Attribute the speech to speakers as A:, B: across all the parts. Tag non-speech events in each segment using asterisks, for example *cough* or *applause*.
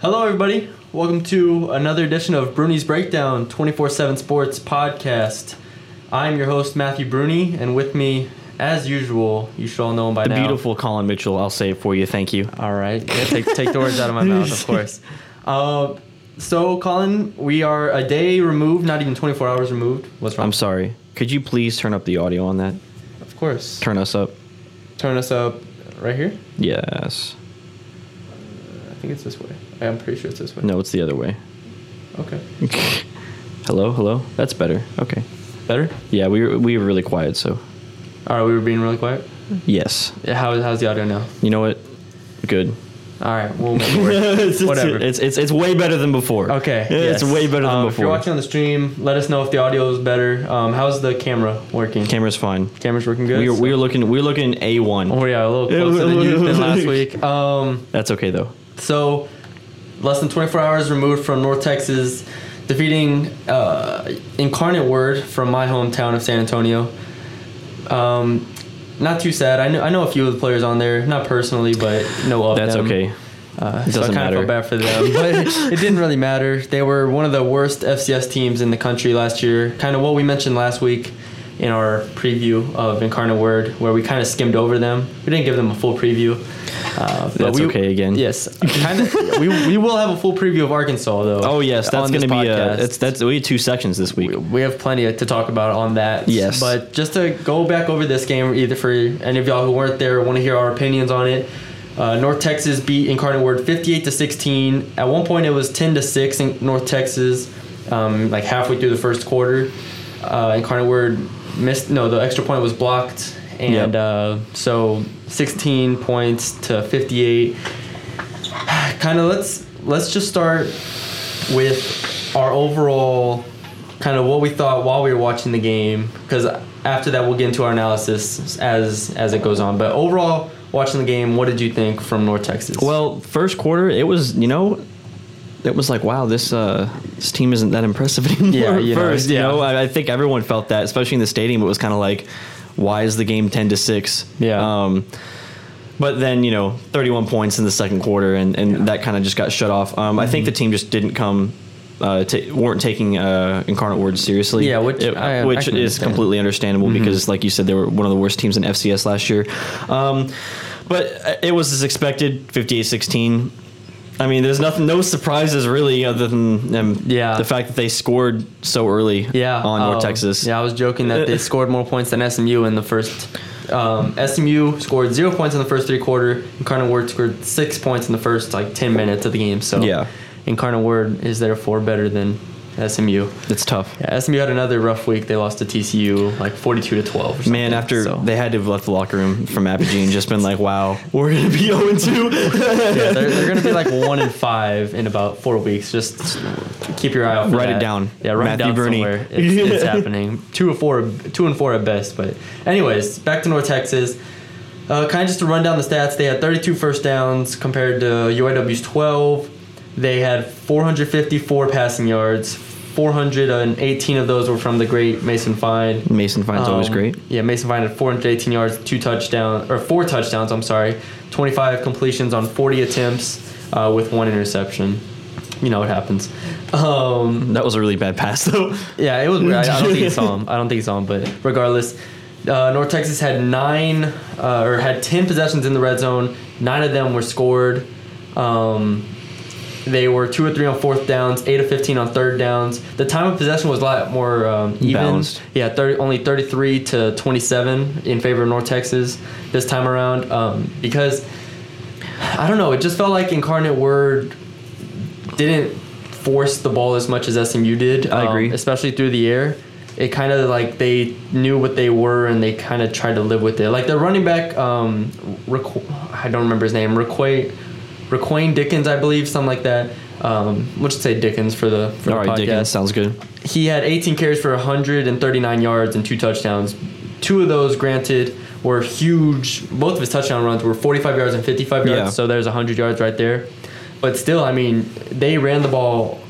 A: Hello, everybody. Welcome to another edition of Bruni's Breakdown 24 7 Sports Podcast. I'm your host, Matthew Bruni, and with me, as usual, you should all know him by
B: The
A: now.
B: beautiful Colin Mitchell. I'll say it for you. Thank you.
A: All right. Yeah, take, take the words out of my mouth, of
B: *laughs*
A: course. Uh, so, Colin, we are a day removed, not even 24 hours removed. What's wrong?
B: I'm sorry. Could you please turn up the audio on that?
A: Of course.
B: Turn us up.
A: Turn us up right here.
B: Yes.
A: I think it's this way. I'm pretty sure it's this way.
B: No, it's the other way. *laughs*
A: Okay.
B: hello, hello. That's better. Okay.
A: Better?
B: Yeah, we were, we were really quiet, so
A: All right, we were being really quiet.
B: yes.
A: How, how's the audio now?
B: You know what? Good.
A: All right, we'll make it work.
B: *laughs*
A: *laughs*
B: it's,
A: Whatever.
B: It's, it's it's way better than before.
A: Okay.
B: *laughs* It's
A: yes.
B: way better than
A: Um, If you're
B: before.
A: watching on the stream, let us know if the audio is better. Um, how's the camera working?
B: Camera's fine.
A: Camera's working good.
B: We were, we were looking we were looking a
A: Oh
B: one.
A: yeah, a little
B: Yeah,
A: closer than,
B: we're-
A: you, than
B: we're- *laughs*
A: last week. Um,
B: That's okay though.
A: so, less than 24 hours removed from North Texas, defeating uh, Incarnate Word from my hometown of San Antonio. Um, not too sad. I know I know a few of the players on there, not personally, but know of
B: That's
A: them.
B: okay.
A: Uh,
B: It
A: so I
B: doesn't
A: kind of felt
B: matter.
A: bad for them,
B: *laughs*
A: but it didn't really matter. They were one of the worst FCS teams in the country last year. Kind of what we mentioned last week in our preview of Incarnate Word, where we kind of skimmed over them. We didn't give them a full preview. Uh, but
B: That's
A: we-
B: okay again.
A: Yes, kind of. we, we will have a full preview of Arkansas though.
B: Oh yes, that's
A: on this
B: gonna be uh
A: podcast.
B: it's that's we had two sections this week.
A: we have plenty to talk about on that.
B: Yes.
A: But just to go back over this game, either for any of y'all who weren't there, want to hear our opinions on it. Uh, North Texas beat Incarnate Word 58 to 16. At one point, it was 10 to 6 in North Texas, um, like halfway through the first quarter. Uh, Incarnate Word missed. No, the extra point was blocked, and
B: Yep.
A: uh, so 16 points to 58. kind of let's let's just start with our overall kind of what we thought while we were watching the game because after that we'll get into our analysis as as it goes on but overall watching the game what did you think from north texas
B: Well, first quarter, it was you know, it was like wow, this uh, this team isn't that impressive *laughs* anymore.
A: Yeah, you know,
B: first, you
A: yeah.
B: know, I, I think everyone felt that, especially in the stadium. It was kind of like, why is the game ten to six?
A: Yeah.
B: Um, but then you know, thirty-one points in the second quarter, and and that kind of just got shut off. Um, I
A: Mm-hmm.
B: think the team just didn't come. Uh, ta weren't taking uh, incarnate words seriously.
A: Yeah, which
B: It-
A: I- I can
B: which is
A: understand. Mm-hmm.
B: completely completely understandable because, like you said, they were one of the worst teams in FCS last year. Um, but uh, it was as expected 58 16. I mean, there's nothing, no surprises really, other than um,
A: Yeah.
B: the fact that they scored so early
A: yeah
B: on North
A: um,
B: Texas.
A: yeah i was joking that
B: *laughs*
A: they scored more points than smu in the first um, smu scored zero points in the first three quarter incarnate word scored six points in the first like 10 minutes of the game so
B: Yeah.
A: incarnate word is therefore better than smu
B: It's tough.
A: Yeah, SMU had another rough week. They lost to TCU like 42 to 12. Or something,
B: Man, after
A: so.
B: they had to have left the locker room from Apogee and just been like, wow, we're going to be *laughs* 0 2.
A: yeah, they're, they're going to be like one and five in about four weeks. Just keep your eye out. For
B: Write it
A: that.
B: down.
A: Yeah, write
B: Matthew
A: it down
B: Burney.
A: somewhere. It's,
B: *laughs*
A: it's happening. Two or four, two and four at best. But anyways, back to North Texas. Uh, kind of just to run down the stats, they had 32 first downs compared to UIW's 12. They had 454 passing yards. 418 of those were from the great Mason Fine.
B: Mason Fine's always
A: Um,
B: great.
A: Yeah, Mason Vine had 418 yards, two touchdowns, or four touchdowns, I'm sorry, 25 completions on 40 attempts uh, with one interception. You know what happens. Um,
B: That was a really bad pass, though.
A: yeah, it was weird. I, I don't think he saw him. I don't think he saw him, but regardless, uh, North Texas had nine, uh, or had 10 possessions in the red zone. Nine of them were scored. Um, they were two or three on fourth downs, eight of fifteen on third downs. The time of possession was a lot more um, even.
B: Balanced.
A: Yeah, 30, only thirty-three to twenty-seven in favor of North Texas this time around um, because I don't know. It just felt like Incarnate Word didn't force the ball as much as SMU did.
B: I
A: um,
B: agree.
A: especially through the air. It kind of like they knew what they were and they kind of tried to live with it. Like their running back, um, Requ- I don't remember his name, Requay, Requain Dickens, I believe, something like that. Um, we'll just say Dickens for the for
B: *laughs* All
A: the podcast.
B: right, Dickens, sounds good.
A: He had 18 carries for 139 yards and two touchdowns. Two of those, granted, were huge. Both of his touchdown runs were 45 yards and 55 yards,
B: Yeah.
A: so there's 100 yards right there. But still, I mean, they ran the ball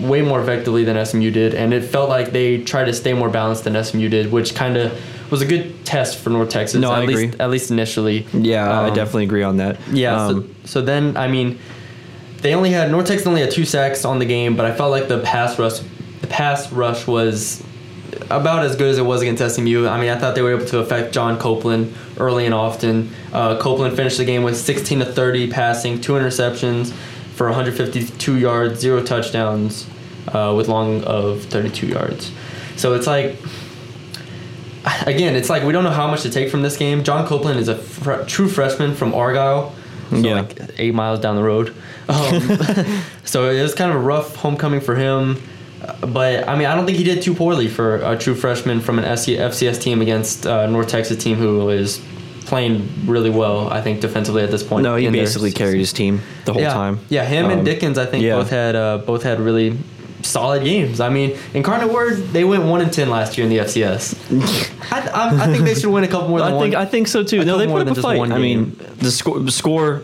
A: way more effectively than SMU did, and it felt like they tried to stay more balanced than SMU did, which kind of was a good test for North Texas.
B: No,
A: at
B: I
A: least,
B: agree.
A: At least initially.
B: Yeah, I
A: Um,
B: definitely agree on that.
A: yeah.
B: Um,
A: so, so then, I mean, they only had Nortex only had two sacks on the game, but I felt like the pass rush, the pass rush was about as good as it was against SMU. I mean, I thought they were able to affect John Copeland early and often. Uh, Copeland finished the game with 16 to 30 passing, two interceptions for 152 yards, zero touchdowns, uh, with long of 32 yards. So it's like, again, it's like we don't know how much to take from this game. John Copeland is a fr- true freshman from Argyle. So
B: Yeah.
A: like eight miles down the road. Um, so it was kind of a rough homecoming for him. Uh, But I mean, I don't think he did too poorly for a true freshman from an SC- FCS team against uh, North Texas team who is playing really well. I think defensively at this point.
B: No, he
A: in their
B: basically
A: season.
B: carried his team the whole
A: yeah.
B: time.
A: Yeah, him
B: Um,
A: and Dickens, I think
B: yeah.
A: both had uh, both had really solid games. I mean, Incarnate Word they went one and ten last year in the
B: *laughs*
A: FCS. I, I, I think they should win a couple more than
B: I
A: one.
B: think I think so too.
A: I
B: no,
A: took
B: they
A: more
B: put
A: than
B: up a
A: just
B: fight.
A: one
B: I mean, the score the score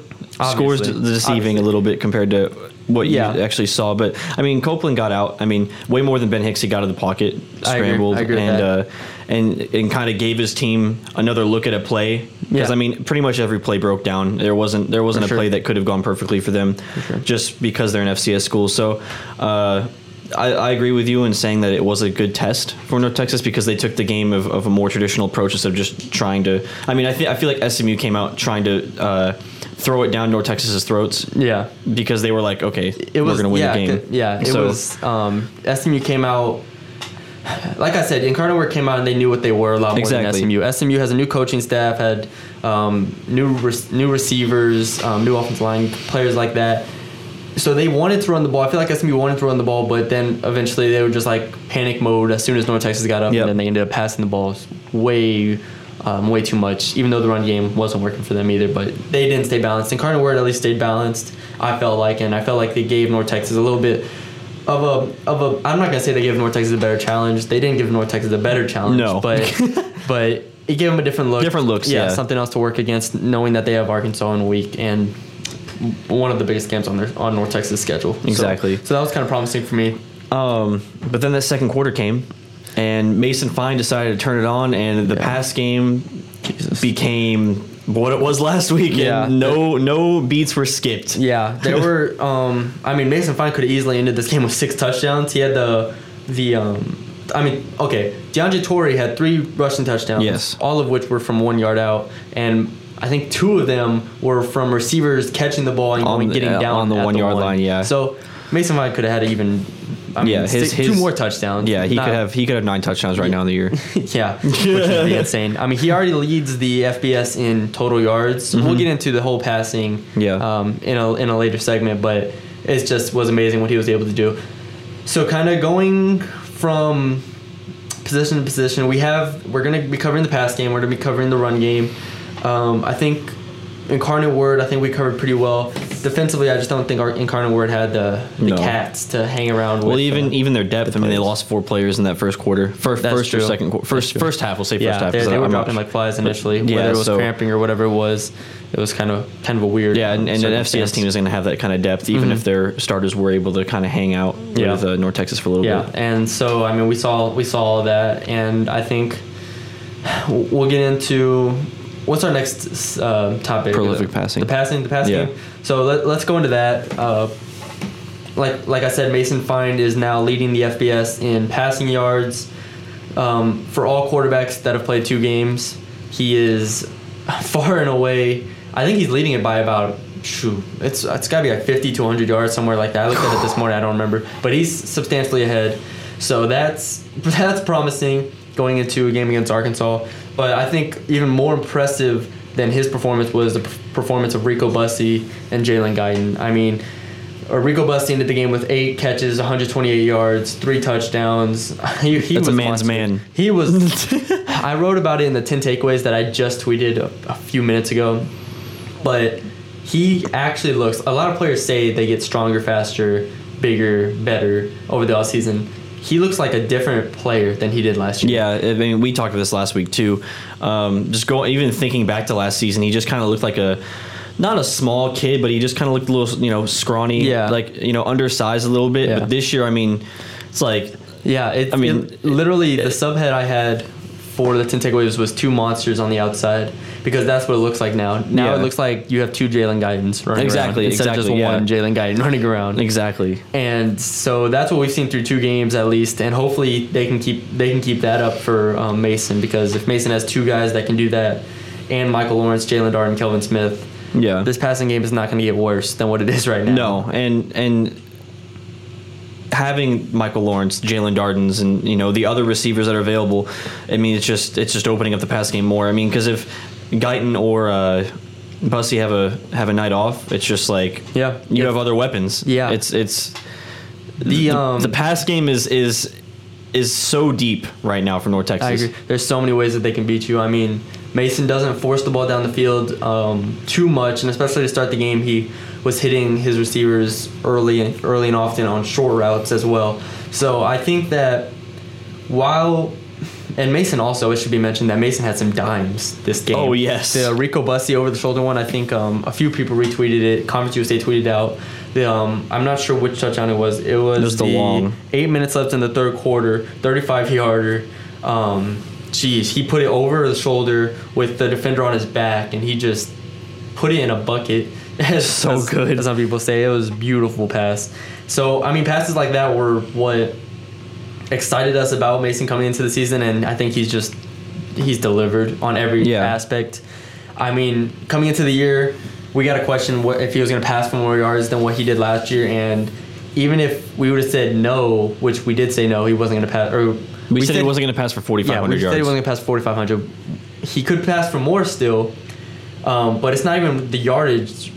B: scores
A: Obviously.
B: de- deceiving
A: Obviously.
B: a little bit compared to what
A: Yeah.
B: you actually saw. But I mean, Copeland got out. I mean, way more than Ben Hicks. He got out of the pocket,
A: I agree.
B: scrambled,
A: I agree with
B: and
A: that.
B: uh, and and kind of gave his team another look at a play. Because
A: Yeah.
B: I mean, pretty much every play broke down. There wasn't there wasn't
A: For
B: a
A: sure.
B: play that could have gone perfectly for them,
A: sure.
B: just because they're an FCS school. So. Uh, I, I agree with you in saying that it was a good test for North Texas because they took the game of, of a more traditional approach instead of just trying to. I mean, I, th- I feel like SMU came out trying to uh, throw it down North Texas's throats
A: yeah.
B: because they were like, okay,
A: it was
B: we're going to win
A: yeah,
B: the game.
A: c- Yeah, it
B: So-
A: was. Um, SMU came out. Like I said, Incarnate Word came out and they knew what they were a lot more
B: Exactly.
A: than SMU. SMU has a new coaching staff, had um, new re- new receivers, um, new offensive line players like that. So they wanted to run the ball. I feel like SMU wanted to run the ball, but then eventually they were just like panic mode as soon as North Texas got up,
B: Yep.
A: and then they ended up passing the ball way, um, way too much. Even though the run game wasn't working for them either, but they didn't stay balanced. And Carter Word at least stayed balanced. I felt like, and I felt like they gave North Texas a little bit of a of a. I'm not gonna say they gave North Texas a better challenge. They didn't give North Texas a better challenge.
B: No.
A: but
B: *laughs*
A: but it gave them a different look.
B: Different looks, yeah.
A: something else to work against, knowing that they have Arkansas in a week and one of the biggest games on their on North Texas schedule. So-
B: Exactly.
A: So, that was kind of promising for me.
B: Um, but then that second quarter came, and Mason Fine decided to turn it on, and the pass game became what it was last week.
A: Yeah.
B: and no, no beats were skipped.
A: Yeah, *laughs* there were. Um, I mean, Mason Fine could have easily ended this game with six touchdowns. He had the the. Um, I mean, okay, DeAndre Torrey had three rushing touchdowns.
B: Yes.
A: all of which were from one yard out, and I think two of them were from receivers catching the ball and
B: On
A: going,
B: the-
A: getting
B: uh,
A: down
B: on the
A: at
B: one-yard line, yeah.
A: So Mason Fine could have had even. I mean,
B: Yeah, his-
A: six- two
B: his-
A: more touchdowns.
B: Yeah, he
A: Not-
B: could have he could have nine touchdowns right now in the
A: *laughs*
B: year.
A: Yeah, which
B: *laughs*
A: is really insane. I mean, he already leads the FBS in total yards. We'll get into the whole passing
B: Mm-hmm. Yeah.
A: um, in, a, in a later segment, but it just was amazing what he was able to do. So, kind of going from position to position, we have we're gonna be covering the pass game. We're gonna be covering the run game. Um, I think Incarnate Word. I think we covered pretty well defensively. I just don't think our Incarnate Word had the, the
B: No.
A: cats to hang around.
B: Well,
A: with,
B: even
A: uh,
B: even their depth. I mean, they lost four players in that first quarter. First,
A: That's
B: first or
A: true.
B: second quarter. First,
A: true.
B: first half. We'll say first half.
A: they,
B: 'cause
A: they
B: I'm
A: were
B: not
A: dropping
B: sure.
A: like flies initially.
B: yeah,
A: whether it was
B: so-
A: cramping or whatever it was, it was kind of kind of a weird.
B: Yeah, and, and an
A: circumstance.
B: FCS team is going to have that kind of depth, even if their starters were able to kind of hang out
A: Mm-hmm. Yeah.
B: with uh, North Texas for a little
A: Yeah,
B: bit.
A: and so I mean, we saw we saw all that, and I think we'll get into what's our next uh, topic?
B: Prolific passing.
A: The passing. The passing.
B: Yeah.
A: So let, let's go into that. Uh, like like I said, Mason Find is now leading the FBS in passing yards. Um, for all quarterbacks that have played two games, he is *laughs* far and away. I think he's leading it by about shoot. It's it's got to be like fifty to hundred yards somewhere like that. I looked at it this morning. I don't remember, but he's substantially ahead. So that's *laughs* that's promising going into a game against Arkansas. But I think even more impressive than his performance was the p- performance of Rico Bussey and Jalen Guyton. I mean, uh, Rico Bussey ended the game with eight catches, 128 yards, three touchdowns. *laughs* he, he
B: That's a
A: was
B: man's
A: monster.
B: man.
A: He was.
B: *laughs*
A: *laughs* I wrote about it in the 10 takeaways that I just tweeted a, a few minutes ago, but he actually looks. A lot of players say they get stronger, faster, bigger, better over the offseason. He looks like a different player than he did last year.
B: Yeah, I mean, we talked about this last week too. Um, just going, even thinking back to last season, he just kind of looked like a, not a small kid, but he just kind of looked a little, you know, scrawny,
A: Yeah.
B: like you know, undersized a little bit.
A: Yeah.
B: But this year, I mean, it's like,
A: Yeah, it,
B: I mean,
A: it- literally the subhead I had for the ten takeaways was two monsters on the outside, because that's what it looks like now. Now it
B: Yeah.
A: looks like you have two Jalen Guidance running
B: Exactly,
A: around instead of just
B: exactly, yeah.
A: one Jalen Guyton *laughs* running around.
B: Exactly.
A: And so that's what we've seen through two games at least, and hopefully they can keep they can keep that up for um, Mason because if Mason has two guys that can do that, and Michael Lawrence, Jalen Darden, Kelvin Smith,
B: Yeah.
A: this passing game is not going to get worse than what it is right now.
B: No, and and having Michael Lawrence, Jalen Darden's, and you know the other receivers that are available, I mean it's just it's just opening up the pass game more. I mean because if Guyton or uh, Bussy have a have a night off, it's just like
A: Yeah.
B: you
A: If-
B: have other weapons.
A: Yeah.
B: it's it's
A: the um,
B: the pass game is is is so deep right now for North Texas.
A: I agree. There's so many ways that they can beat you. I mean, Mason doesn't force the ball down the field um, too much, and especially to start the game, he was hitting his receivers early and early and often on short routes as well. So I think that while and Mason also, it should be mentioned that Mason had some dimes this game.
B: Oh, yes.
A: the Rico Bussy over the shoulder one. I think um, a few people retweeted it. Conference USA tweeted out. The, um, I'm not sure which touchdown it was. It was
B: was the long.
A: Eight minutes left in the third quarter, 35 yarder. Um, geez, he put it over his shoulder with the defender on his back, and he just put it in a bucket. *laughs* As,
B: So
A: as-
B: good.
A: As some people say, it was a beautiful pass. So I mean, passes like that were what excited us about Mason coming into the season, and I think he's just he's delivered on every
B: Yeah.
A: aspect. I mean, coming into the year, we got to question what if he was going to pass for more yards than what he did last year, and even if we would have said no, which we did say no, he wasn't going to pass. Or
B: We, said, he wasn't going to pass for forty five
A: Yeah, we
B: hundred
A: said he
B: yards.
A: wasn't going to pass forty five hundred. He could pass for more still, um, but it's not even the yardage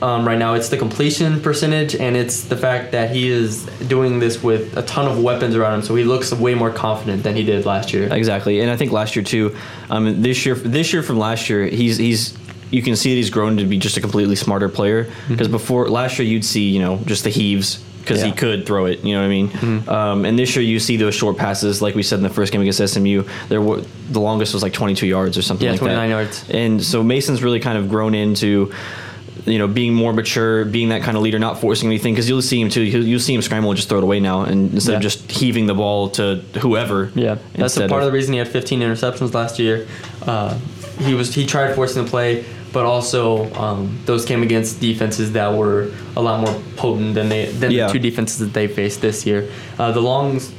A: um, right now. It's the completion percentage, and it's the fact that he is doing this with a ton of weapons around him, so he looks way more confident than he did last year.
B: Exactly, and I think last year too. Um, this year, this year from last year, he's he's you can see that he's grown to be just a completely smarter player. Because before last year, you'd see you know just the heaves because
A: Mm-hmm.
B: he
A: Yeah. Mm-hmm.
B: could throw it. You know what I mean. Um, and this year, you see those short passes, like we said in the first game against SMU. There were the longest was like 22 yards or something
A: Yeah,
B: like
A: 29
B: that.
A: yards.
B: And so Mason's really kind of grown into. You know, being more mature, being that kind of leader, not forcing anything, because you'll see him too. You'll, you'll see him scramble and just throw it away now, and instead of
A: Yeah.
B: just heaving the ball to whoever.
A: Yeah, that's a
B: instead
A: part of, the reason he had 15 interceptions last year. Uh, he was he tried forcing the play, but also um, those came against defenses that were a lot more potent than they than
B: Yeah.
A: the two defenses that they faced this year. Uh, the Longs,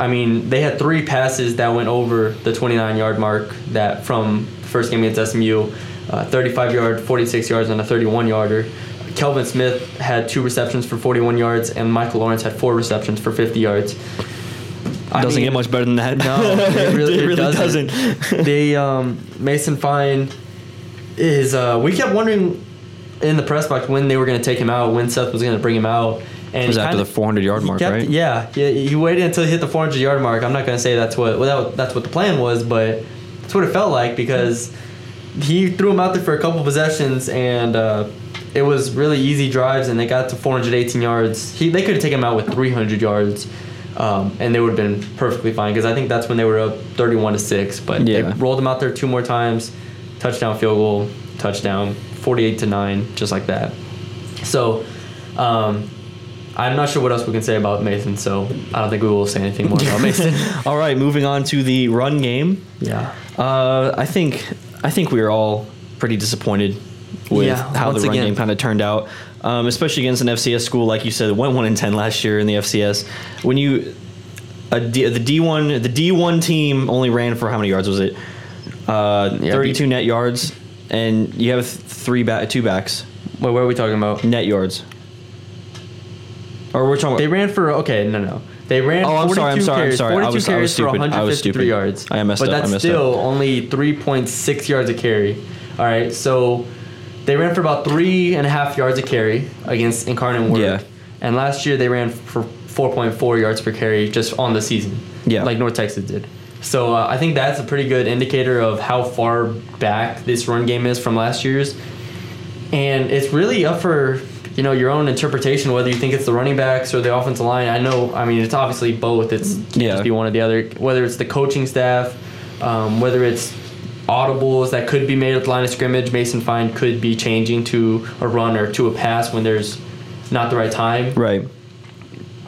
A: I mean, they had three passes that went over the 29 yard mark that from the first game against SMU, uh, 35 yard, 46 yards, and a 31 yarder. Kelvin Smith had two receptions for 41 yards, and Michael Lawrence had four receptions for 50 yards. I
B: doesn't
A: mean-
B: get much better than that.
A: No, it really,
B: It
A: it
B: really
A: doesn't. *laughs*
B: doesn't.
A: they um, Mason Fine is. Uh, we kept wondering in the press box when they were going to take him out, when Seth was going to bring him out. And
B: *laughs* It was
A: he
B: after
A: kinda-
B: the 400 yard mark,
A: kept-
B: right? *laughs*
A: Yeah, yeah. He waited until he hit the 400 yard mark. I'm not going to say that's what well, that, that's what the plan was, but that's what it felt like because he threw him out there for a couple possessions and. Uh, it was really easy drives, and they got to 418 yards. He, they could have taken him out with 300 yards, um, and they would have been perfectly fine because I think that's when they were up 31 to six. But
B: Yeah.
A: they rolled him out there two more times, touchdown, field goal, touchdown, 48 to nine, just like that. So, um, I'm not sure what else we can say about Mason. So I don't think we will say anything more *laughs* about Mason.
B: Oh, All right, moving on to the run game.
A: yeah.
B: Uh, I think I think we were all pretty disappointed with
A: Yeah,
B: how the
A: once
B: run
A: again.
B: game kind of turned out, um, especially against an FCS school like you said, it went one in ten last year in the FCS. When you a D, the D one the D one team only ran for how many yards was it? Uh,
A: Yeah,
B: Thirty
A: be-
B: two net yards, and you have th- three back two backs
A: Wait, what are we talking about?
B: net yards. Or we're talking about
A: They ran for okay, no, no. They ran.
B: Oh, I'm
A: 42
B: sorry, I'm sorry, I'm
A: carries, 42
B: sorry. I was- I
A: carries
B: was stupid. I
A: for
B: was
A: 153
B: stupid.
A: yards.
B: I messed
A: but
B: up, I
A: that's
B: messed up.
A: still only 3.6 yards a carry. All right, so they ran for about three and a half yards a carry against Incarnate Word.
B: Yeah.
A: And last year they ran for 4.4 yards per carry just on the season.
B: Yeah.
A: Like North Texas did. So uh, I think that's a pretty good indicator of how far back this run game is from last year's and it's really up for you know your own interpretation whether you think it's the running backs or the offensive line. I know, I mean, it's obviously both. It's can't
B: Yeah.
A: just be one or the other. Whether it's the coaching staff, um, whether it's audibles that could be made at the line of scrimmage, Mason Fine could be changing to a run or to a pass when there's not the right time.
B: Right.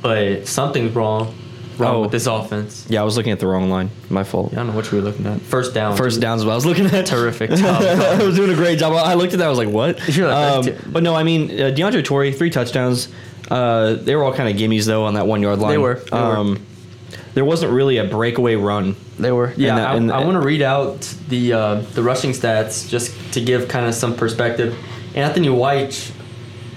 A: But something's wrong. wrong
B: Oh.
A: with this offense.
B: Yeah, I was looking at the wrong line. My fault.
A: I don't know what you were looking at. First down.
B: First downs, what I was looking
A: *laughs*
B: at. *laughs*
A: Terrific.
B: I was doing a great job. I looked at that. I was like, "What?"
A: You're like,
B: Um,
A: "That's-
B: but no, I mean uh, DeAndre Torrey, three touchdowns. Uh, they were all kind of gimmies though on that one yard line. Um,
A: They were. They were.
B: There wasn't really a breakaway run.
A: They were. Yeah,
B: that-
A: I,
B: and- uh,
A: I want to read out the uh, the rushing stats just to give kind of some perspective. Anthony White,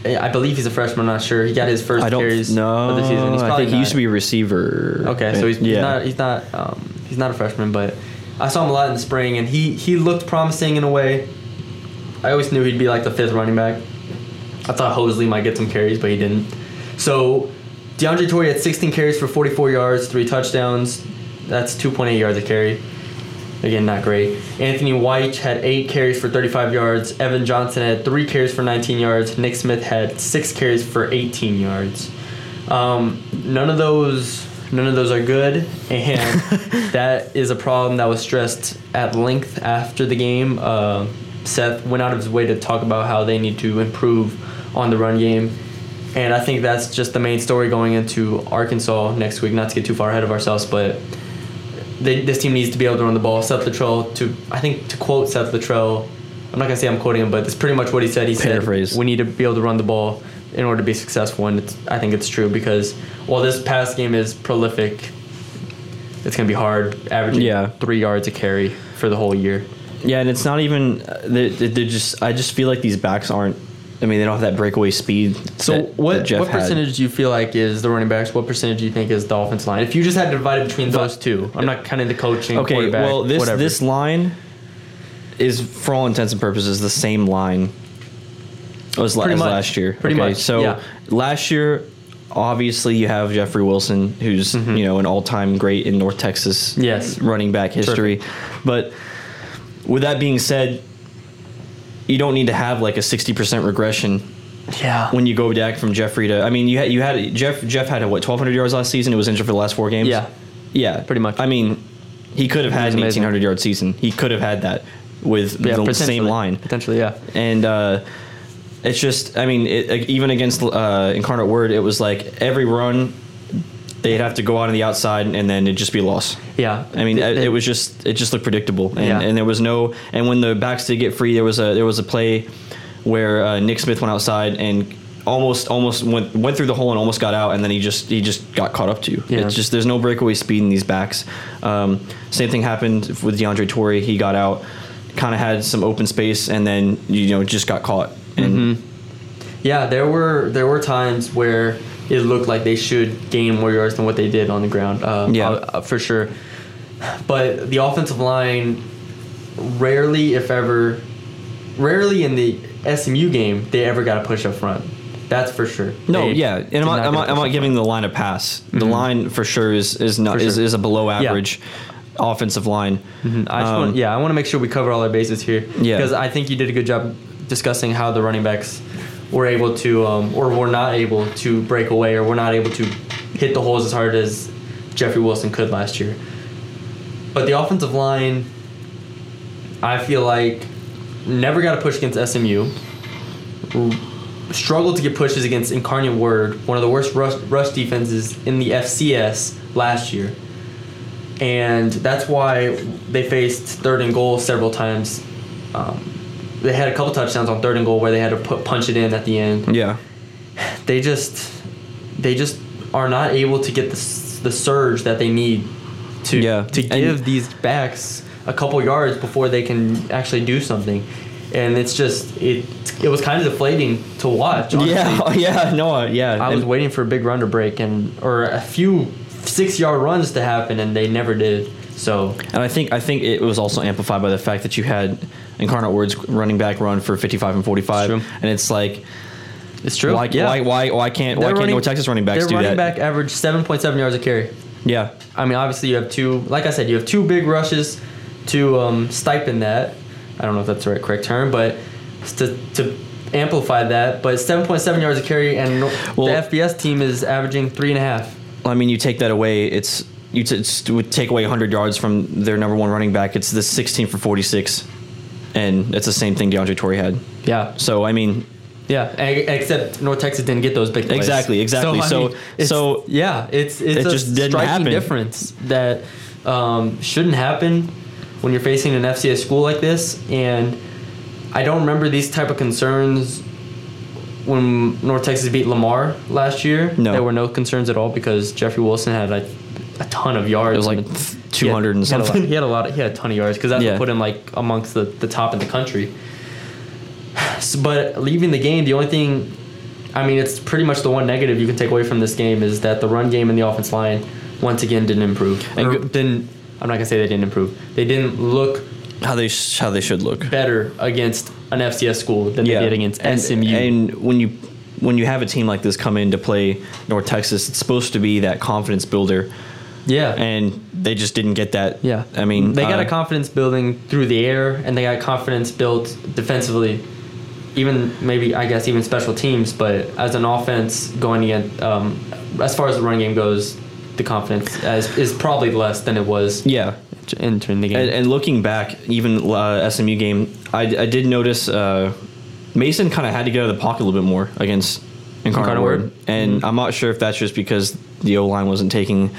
A: eh, I believe he's a freshman. I'm not sure. He got his first
B: I don't
A: carries
B: no.
A: of the season. He's
B: I
A: probably
B: think he used to
A: not-
B: be a receiver.
A: Okay, so he's,
B: yeah.
A: he's not he's not um, he's not a freshman, but I saw him a lot in the spring, and he he looked promising in a way. I always knew he'd be like the fifth running back. I thought Hosley might get some carries, but he didn't. So DeAndre Torrey had 16 carries for 44 yards, three touchdowns. That's 2.8 yards a carry. Again, not great. Anthony White had eight carries for 35 yards. Evan Johnson had three carries for 19 yards. Nick Smith had six carries for 18 yards. Um, none of those, none of those are good, and that is a problem that was stressed at length after the game. Uh, Seth went out of his way to talk about how they need to improve on the run game, and I think that's just the main story going into Arkansas next week. Not to get too far ahead of ourselves, but they, this team needs to be able to run the ball. Seth Luttrell, to I think to quote Seth Luttrell, I'm not gonna say I'm quoting him, but that's pretty much what he said. He
B: Paraphrase.
A: said we need to be able to run the ball in order to be successful, and it's, I think it's true because while this pass game is prolific, it's gonna be hard, averaging
B: Yeah.
A: three yards a carry for the whole year.
B: Yeah, and it's not even uh, they they just I just feel like these backs aren't. I mean, they don't have that breakaway speed.
A: So
B: that,
A: what
B: that Jeff
A: what
B: had.
A: percentage do you feel like is the running backs? What percentage do you think is the offense line? If you just had to divide it between those two, I'm not counting the coaching.
B: Okay,
A: quarterback,
B: well this
A: whatever.
B: this line is for all intents and purposes the same line as, la-
A: Pretty
B: as
A: much.
B: last year.
A: Pretty
B: okay,
A: much,
B: So
A: yeah.
B: last year, obviously you have Jeffrey Wilson, who's you know an all time great in North Texas
A: Mm-hmm. Yes.
B: running back history. But with that being said, you don't need to have like a sixty percent regression
A: yeah.
B: when you go back from Jeffrey to I mean you had you had Jeff Jeff had what twelve hundred yards last season. It was injured for the last four games.
A: Yeah.
B: yeah,
A: Pretty much.
B: I mean, he could have had
A: was
B: an
A: amazing.
B: eighteen hundred yard season. He could have had that with
A: yeah,
B: the same
A: potentially.
B: line.
A: potentially, yeah.
B: And uh, it's just I mean it, even against uh, Incarnate Word, it was like every run they'd have to go out on the outside and then it'd just be a loss.
A: Yeah,
B: I mean,
A: Th-
B: it,
A: th-
B: it was just it just looked predictable, and,
A: Yeah.
B: and there was no and when the backs did get free, there was a there was a play where uh, Nick Smith went outside and almost almost went went through the hole and almost got out, and then he just he just got caught up to.
A: Yeah.
B: It's just there's no breakaway speed in these backs. Um, same thing happened with DeAndre Torrey. He got out, kind of had some open space, and then you know just got caught.
A: Mm-hmm.
B: And
A: Yeah, there were there were times where it looked like they should gain more yards than what they did on the ground. Uh,
B: Yeah.
A: uh, uh, for sure. But the offensive line rarely, if ever, rarely in the SMU game they ever got a push up front. That's for sure.
B: No,
A: They
B: yeah, and
A: did
B: I'm not,
A: get
B: I'm
A: a
B: not, I'm
A: push
B: not
A: up
B: giving the line a pass. The line for sure is is not
A: Mm-hmm. For
B: is,
A: sure. Mm-hmm.
B: is a below average offensive line.
A: front. Mm-hmm. I just
B: Um,
A: want, yeah, I want to make sure we cover all our bases here.
B: Yeah.
A: Because I think you did a good job discussing how the running backs were able to, um, or were not able to break away, or were not able to hit the holes as hard as Jeffrey Wilson could last year. But the offensive line, I feel like, never got a push against SMU. Struggled to get pushes against Incarnate Word, one of the worst rush, rush defenses in the FCS last year and that's why they faced third and goal several times. Um, they had a couple touchdowns on third and goal where they had to put, punch it in at the end.
B: Yeah.
A: They just, they just are not able to get the s- the surge that they need to
B: Yeah,
A: to
B: and-
A: give these backs a couple yards before they can actually do something. And it's just it it was kind of deflating to watch. Honestly.
B: Yeah, yeah, *laughs* no, uh, yeah.
A: I was
B: And-
A: waiting for a big run to break and or a few six yard runs to happen and they never did. So
B: and I think I think it was also amplified by the fact that you had Incarnate Words running back run for 55 and 45,
A: True.
B: and it's like
A: It's true.
B: why, why why why can't why
A: Their
B: can't
A: running-
B: North Texas running backs
A: their
B: do
A: running
B: that?
A: back averaged seven point seven yards a carry.
B: Yeah,
A: I mean, obviously you have two. Like I said, you have two big rushes to um, stipend that. I don't know if that's the right correct term, but to to amplify that. But seven point seven yards a carry, and no-
B: Well-
A: the FBS team is averaging three and a half.
B: I mean you take that away, it's you t- it's- would take away 100 yards from their number one running back. It's the 16 for 46, and it's the same thing DeAndre Torrey had.
A: Yeah.
B: So I mean,
A: Yeah, e- except North Texas didn't get those big plays.
B: Exactly, exactly.
A: I
B: So-
A: it's-
B: so
A: yeah, it's it's
B: it
A: a
B: just didn't
A: striking
B: happen.
A: difference that um, shouldn't happen when you're facing an FCS school like this. And I don't remember these type of concerns when North Texas beat Lamar last year.
B: No.
A: there were no concerns at all because Jeffrey Wilson had a, a ton of yards.
B: It was like
A: and-
B: two hundred and
A: He had a lot-
B: something.
A: He had a lot. Of, he had a ton of yards because that
B: Yeah.
A: put him like amongst the, the top in the country. S- But leaving the game, the only thing, I mean, it's pretty much the one negative you can take away from this game is that the run game and the offense line once again didn't improve.
B: And
A: Or
B: go-
A: didn't I'm not gonna say they didn't improve. They didn't look
B: How they sh- how they should look.
A: better against an FCS school than they did against
B: and,
A: SMU.
B: And when you when you have a team like this come in to play North Texas, it's supposed to be that confidence builder,
A: yeah,
B: and they just didn't get that.
A: Yeah.
B: I mean,
A: they got
B: uh,
A: a confidence building through the air, and they got confidence built defensively, even maybe I guess even special teams. But as an offense going against, um, as far as the running game goes, the confidence as, is probably less than it was
B: Yeah,
A: entering the game.
B: and, and looking back, even uh, SMU game, I, I did notice uh, Mason kind of had to get out of the pocket a little bit more against Incarnate
A: Incarnate
B: Word,
A: Word?
B: and
A: Mm-hmm.
B: I'm not sure if that's just because the O line wasn't taking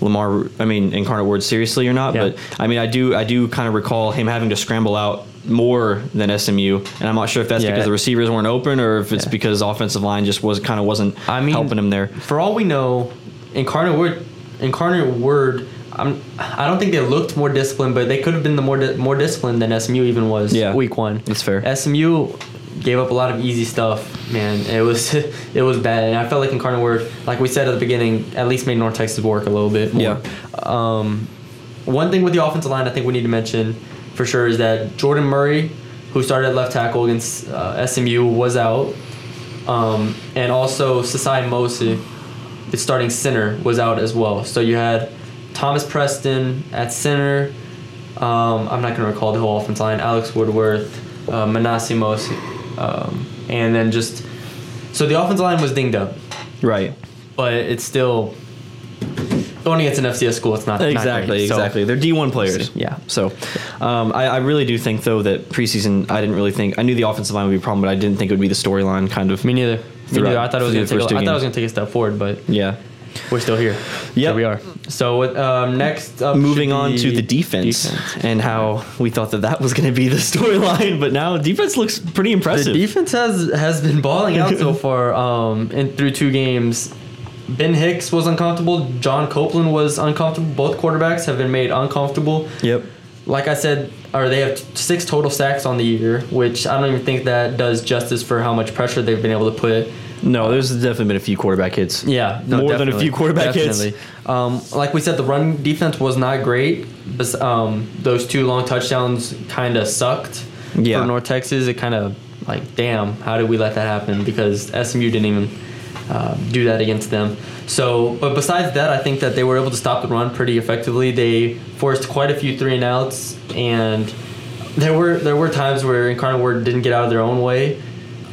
B: Lamar, I mean Incarnate Word seriously or not.
A: Yeah.
B: But I mean, I do I do kind of recall him having to scramble out more than SMU, and I'm not sure if that's
A: Yeah.
B: because the receivers weren't open or if it's
A: Yeah.
B: because offensive line just was kind of wasn't
A: I mean,
B: helping him there.
A: For all we know, Incarnate Word, Incarnate Word, I'm, I don't think they looked more disciplined, but they could have been the more di- more disciplined than SMU even was
B: Yeah,
A: week one.
B: that's fair.
A: SMU gave up a lot of easy stuff, man. It was *laughs* it was bad, and I felt like Incarnate Word, like we said at the beginning, at least made North Texas work a little bit more.
B: Yeah.
A: Um, one thing with the offensive line, I think we need to mention for sure is that Jordan Murray, who started at left tackle against uh, SMU, was out, um, and also Sasai Mosi, the starting center, was out as well. So you had Thomas Preston at center. Um, I'm not going to recall the whole offense line. Alex Woodworth, uh, Manasi Mosi, um, and then just so the offensive line was dinged up,
B: Right.
A: but it's still going against an FCS school. It's not not great.
B: Exactly,
A: So-
B: exactly. They're D1 players.
A: Yeah.
B: So um, I, I really do think, though, that preseason, I didn't really think, I knew the offensive line would be a problem, but I didn't think it would be the storyline kind of.
A: Me neither. Me
B: Throughout-
A: neither. I thought it was gonna take. A, I
B: through the first two
A: thought it was
B: games.
A: gonna take a step forward, but
B: yeah.
A: we're still here.
B: Yep.
A: Here we are. So what- um, next, up
B: Moving
A: should
B: on to
A: be
B: the defense, and how we thought that that was going to be the *laughs* storyline, but now defense looks pretty
A: The
B: impressive.
A: defense has has been balling out
B: *laughs*
A: so far, um, and through two games. Ben Hicks was uncomfortable. John Copeland was uncomfortable. Both quarterbacks have been made uncomfortable.
B: yep.
A: Like I said, or they have t- six total sacks on the year, which I don't even think that does justice for how much pressure they've been able to put
B: No, there's definitely been a few quarterback hits.
A: Yeah, no,
B: More than a
A: definitely,
B: few quarterback hits.
A: definitely. Um, like we said, the run defense was not great. Bes- Um, those two long touchdowns kind of sucked
B: Yeah.
A: for North Texas. It kind of like, damn, how did we let that happen? Because SMU didn't even uh, do that against them. So, but besides that, I think that they were able to stop the run pretty effectively. They forced quite a few three and outs, and there were there were times where Incarnate Word didn't get out of their own way.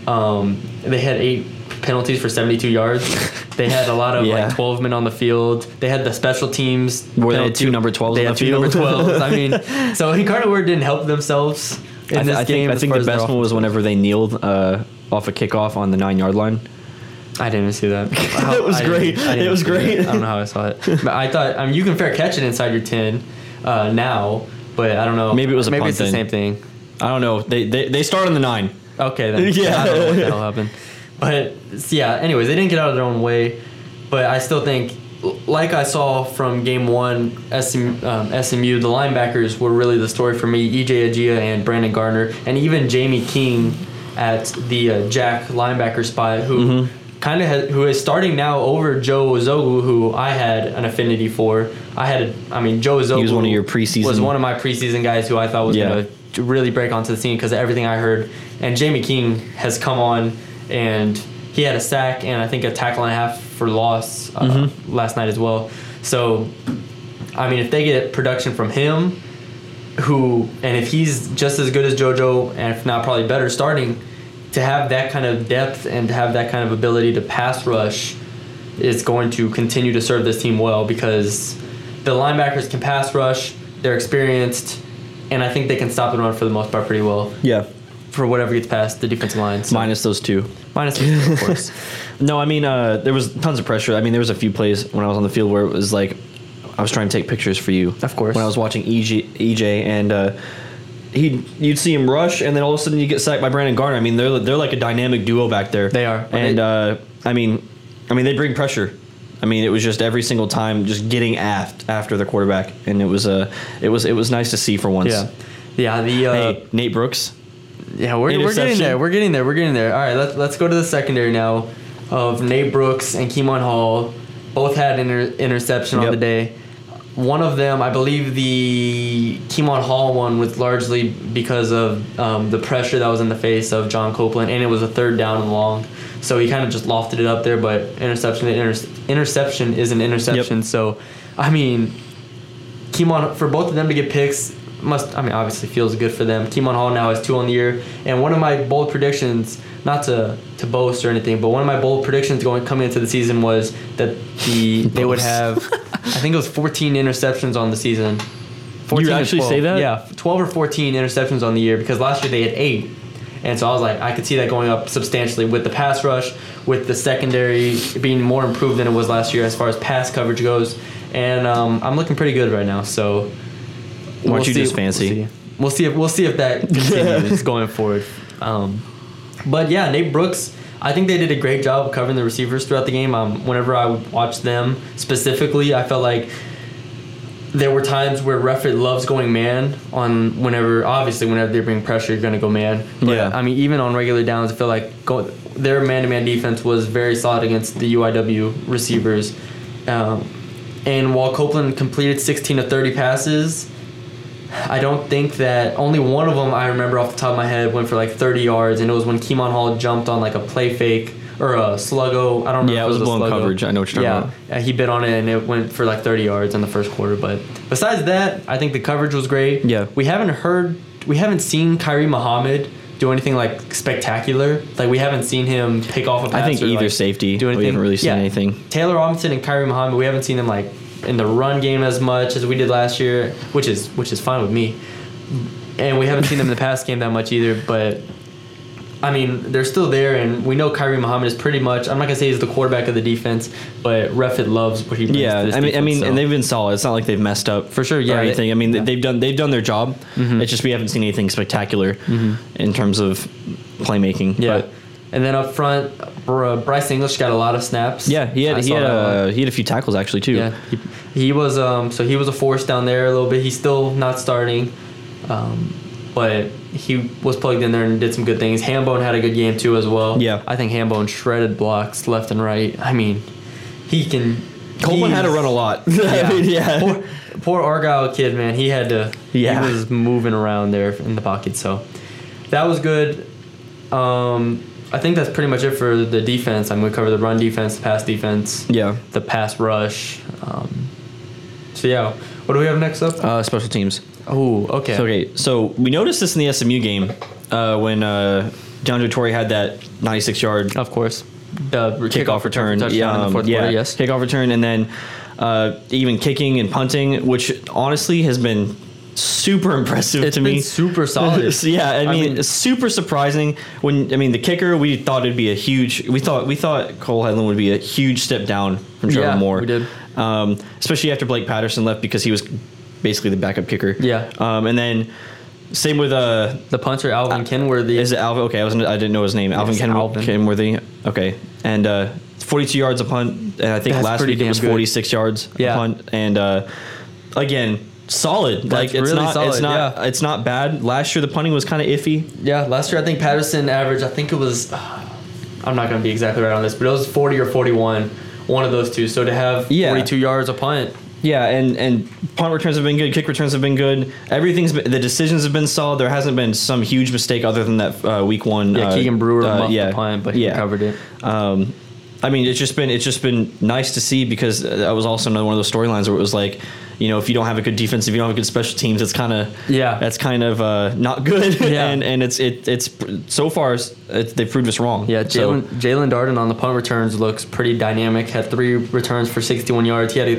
A: Um, they had eight penalties for 72 yards. They had a lot of
B: Yeah.
A: like 12 men on the field. They had the special teams.
B: Were they
A: penalty-
B: two number 12s
A: They
B: on
A: had
B: the
A: two
B: field?
A: number 12s. I
B: *laughs*
A: mean, so Incarnate Word didn't help themselves in
B: I, th-
A: this
B: I
A: game.
B: think, I
A: as
B: think
A: far
B: the
A: as their
B: best one was whenever they kneeled uh, off a kickoff on the nine yard line.
A: I didn't even see that.
B: *laughs* That was
A: I didn't-
B: great.
A: I didn't
B: It was
A: see that.
B: great.
A: I don't know how I saw it. But I thought I mean, you can fair catch it inside your ten uh, now, but I don't know.
B: Maybe it was a
A: maybe
B: punt
A: it's the
B: then.
A: same thing.
B: I don't know. They, they, they start on the nine.
A: Okay
B: *laughs*
A: then.
B: Yeah.
A: I don't know what that'll happen. But s- yeah. Anyways, they didn't get out of their own way, but I still think, l- like I saw from game one, SM, um, SMU the linebackers were really the story for me. EJ Agia and Brandon Garner, and even Jamie King at the uh, Jack linebacker spot, who.
B: Mm-hmm.
A: Kind of ha- who is starting now over Joe Ozogu, who I had an affinity for. I had, a, I mean, Joe Ozogu
B: one of your preseason-
A: was one of my preseason guys who I thought was
B: Yeah.
A: gonna to really break onto the scene because of everything I heard. And Jamie King has come on, and he had a sack and I think a tackle and a half for loss uh, last night as well. So, I mean, if they get production from him, who and if he's just as good as JoJo, and if not probably better, starting to have that kind of depth and to have that kind of ability to pass rush is going to continue to serve this team well because the linebackers can pass rush, they're experienced, and I think they can stop the run for the most part pretty well.
B: Yeah.
A: for whatever gets past the defensive line. So.
B: minus those two.
A: minus those, of course.
B: No, I mean uh, there was tons of pressure. I mean there was a few plays when I was on the field where it was like I was trying to take pictures for you.
A: Of course.
B: When I was watching E EJ, EJ and uh, he you'd see him rush and then all of a sudden you get sacked by Brandon Garner. I mean they're they're like a dynamic duo back there.
A: They are.
B: And
A: They-
B: uh, I mean I mean they bring pressure. I mean it was just every single time just getting aft after the quarterback and it was uh, it was it was nice to see for once.
A: Yeah, yeah. The uh,
B: Hey, Nate Brooks.
A: yeah, we're, we're getting
B: interception.
A: there. We're getting there. We're getting there. All right, let's let's go to the secondary now. Of Nate Brooks and Keemon Hall, both had an inter- interception on
B: Yep.
A: the day. One of them, I believe, the Keemon Hall one was largely because of um, the pressure that was in the face of John Copeland, and it was a third down and long, so he kind of just lofted it up there. But interception, inter- interception is an interception. So, I mean, Keemon for both of them to get picks must I mean obviously feels good for them. Keemon Hall now has two on the year, and one of my bold predictions, not to to boast or anything, but one of my bold predictions going coming into the season was that the they would
B: Boast.
A: have, I think it was 14 interceptions on the season. 14 or
B: actually
A: 12.
B: say that?
A: Yeah, 12 or 14 interceptions on the year because last year they had eight. And so I was like, I could see that going up substantially with the pass rush, with the secondary being more improved than it was last year as far as pass coverage goes. And um, I'm looking pretty good right now. So
B: Why don't you just fancy?
A: We'll see. We'll see, if, we'll see if
B: *laughs*
A: that continues going forward. Um, but yeah, Nate Brooks. I think they did a great job of covering the receivers throughout the game. Um, whenever I watched them specifically, I felt like there were times where Rufford loves going man on whenever obviously whenever they bring pressure you're gonna go man. But
B: Yeah.
A: I mean even on regular downs I feel like go, their man to man defense was very solid against the UIW receivers. Um, and while Copeland completed 16 of 30 passes, I don't think that only one of them I remember off the top of my head went for like 30 yards, and it was when Keemon Hall jumped on like a play fake or a sluggo. I don't remember.
B: Yeah,
A: if
B: it was blown
A: sluggo.
B: coverage. I know what you're talking
A: yeah,
B: about.
A: uh, he bit on it and it went for like 30 yards in the first quarter. But besides that, I think the coverage was great.
B: Yeah.
A: We haven't heard, we haven't seen Kyrie Muhammad do anything like spectacular. Like we haven't seen him pick off a pass.
B: I think
A: or,
B: either
A: like,
B: safety.
A: do anything.
B: We haven't really seen
A: Yeah.
B: anything.
A: Taylor Robinson and Kyrie Muhammad, we haven't seen them like in the run game as much as we did last year, which is which is fine with me. And we haven't seen
B: *laughs*
A: them in the pass game that much either, but I mean, they're still there, and we know Kyrie Muhammad is pretty much. I'm not gonna say he's the quarterback of the defense, but Refit loves what he brings.
B: Yeah,
A: to this
B: I mean, I
A: defense,
B: mean,
A: so.
B: and they've been solid. It's not like they've messed up
A: For sure, yeah,
B: or
A: they-
B: anything. I mean,
A: yeah. Mm-hmm.
B: they've done they've done their job. It's just we haven't seen anything spectacular in terms of playmaking.
A: yeah.
B: but
A: And then up front, Br- Bryce English got a lot of snaps.
B: yeah, he
A: I
B: had he
A: saw
B: had,
A: that one.
B: uh, he had a few tackles actually too.
A: Yeah, he, he was um so he was a force down there a little bit. He's still not starting, um, but he was plugged in there and did some good things. Hambone had a good game too as well.
B: Yeah.
A: I think Hambone shredded blocks left and right. I mean, he can.
B: Coleman
A: he's-
B: had to run a lot.
A: *laughs* Yeah.
B: I mean, *laughs* yeah.
A: Poor, poor Argyle kid, man. He had to.
B: Yeah.
A: He was moving around there in the pocket, so that was good. Um, I think that's pretty much it for the defense. I'm gonna cover the run defense, the pass defense
B: yeah.
A: the pass rush. Um, so yeah, what do we have next up?
B: Uh, special teams.
A: oh, okay.
B: Okay, so we noticed this in the SMU game uh, when uh, John Torrey had that 96 yard
A: Of course, the
B: kickoff return,
A: touchdown
B: yeah,
A: in the
B: um,
A: fourth
B: yeah,
A: quarter. Yes.
B: kickoff return, and then uh, even kicking and punting, which honestly has been super impressive
A: It's
B: to
A: been
B: me.
A: super solid.
B: So, *laughs* yeah, I mean,
A: mean-
B: it's super surprising when I mean the kicker. We thought it'd be a huge. We thought we thought Cole Headland would be a huge step down from Trevor
A: Yeah,
B: Moore.
A: we did.
B: um, especially after Blake Patterson left because he was basically the backup kicker.
A: Yeah.
B: um, and then same with uh,
A: The punter Alvin Kenworthy.
B: is it Alvin? Okay, I was I didn't know his name. Alvin
A: Yes,
B: Ken-
A: Alvin.
B: Kenworthy. Okay, and uh, 42 yards a punt, and I think
A: That's
B: last
A: pretty
B: week it
A: damn
B: was
A: good.
B: 46 yards
A: Yeah.
B: a punt, and uh, again. Solid, like it's
A: really
B: not, it's
A: solid,
B: not,
A: yeah.
B: it's not bad. Last year the punting was kind of iffy.
A: yeah, last year I think Patterson averaged. I think it was. uh, I'm not going to be exactly right on this, but it was 40 or 41, one of those two. So to have
B: Yeah.
A: 42 yards a punt,
B: Yeah, and and punt returns have been good, kick returns have been good. Everything's been, the decisions have been solid. There hasn't been some huge mistake other than that uh, week one.
A: Yeah,
B: uh,
A: Keegan Brewer
B: uh,
A: muffed the punt, but he recovered it.
B: Um, I mean, it's just been it's just been nice to see because that was also another one of those storylines where it was like, you know, if you don't have a good defense, if you don't have good special teams, it's kind of
A: Yeah.
B: that's kind of uh, not good. *laughs*
A: Yeah.
B: and and it's it it's so far it's, it's, they proved us wrong.
A: Yeah,
B: So-
A: Jalen Jalen Darden on the punt returns looks pretty dynamic. Had three returns for 61 yards. He had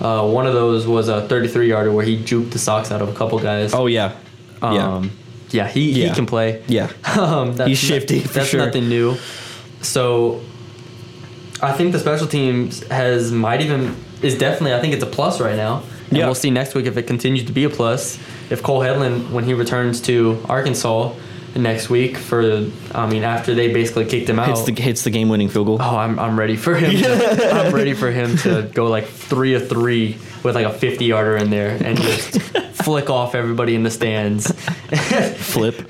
A: a, uh, one of those was a 33 yarder where he juked the socks out of a couple guys.
B: oh yeah, yeah.
A: Um, yeah, he,
B: Yeah.
A: he can play.
B: Yeah.
A: *laughs* Um, that's
B: He's
A: no-
B: shifty, for
A: that's
B: sure.
A: nothing new. So I think the special teams has might even is definitely I think it's a plus right now. And
B: Yeah.
A: we'll see next week if it continues to be a plus. If Cole Headland when he returns to Arkansas next week for I mean after they basically kicked him out.
B: Hits the hits the game winning field goal.
A: Oh, I'm, I'm ready for him.
B: *laughs*
A: To, I'm ready for him to go like three of three with like a 50 yarder in there and
B: *laughs*
A: just flick off everybody in the stands. *laughs*
B: Flip.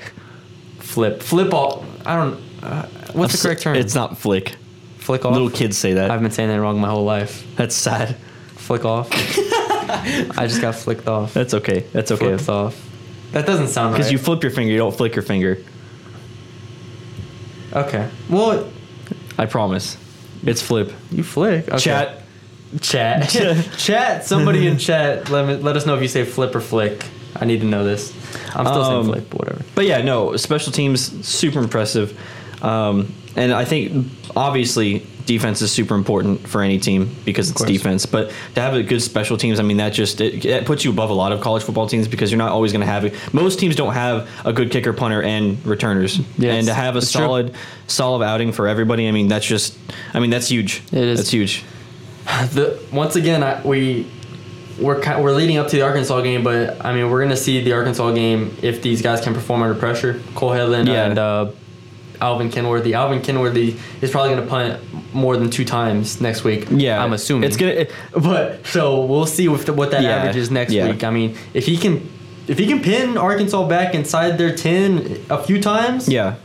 A: flip, flip off. I don't. Uh, what's the correct term?
B: It's not flick.
A: flick off.
B: Little kids say that.
A: I've been saying that wrong my whole life.
B: That's sad.
A: Flick
B: *laughs*
A: off. I just got flicked off.
B: That's okay. That's okay.
A: Flipped off. That doesn't sound right.
B: Because you flip your finger, you don't flick your finger.
A: okay. Well,
B: I promise. It's flip.
A: you flick. Okay.
B: Chat.
A: Chat.
B: *laughs*
A: chat. Somebody in chat. Let me, let us know if you say flip or flick. I need to know this. I'm still
B: Um,
A: saying flick, but whatever.
B: But yeah, no, special teams, super impressive. Um, and I think, obviously, defense is super important for any team because it's
A: course.
B: defense. But to have a good special teams, I mean, that just it, it puts you above a lot of college football teams because you're not always going to have it. Most teams don't have a good kicker, punter, and returners.
A: Yes,
B: and to have a
A: it's true.
B: solid, solid outing for everybody, I mean, that's just, I mean, that's huge.
A: It is.
B: That's huge.
A: The, once again, I, we we're ki we're leading up to the Arkansas game, but I mean we're gonna see the Arkansas game if these guys can perform under pressure. Cole Headland
B: Yeah.
A: and uh, Alvin Kenworthy. Alvin Kenworthy is probably gonna punt more than two times next week.
B: Yeah,
A: I'm assuming
B: it's gonna. It,
A: But so we'll see with the, what that
B: Yeah,
A: average is next
B: yeah.
A: week. I mean, if he can if he can pin Arkansas back inside their ten a few times,
B: yeah,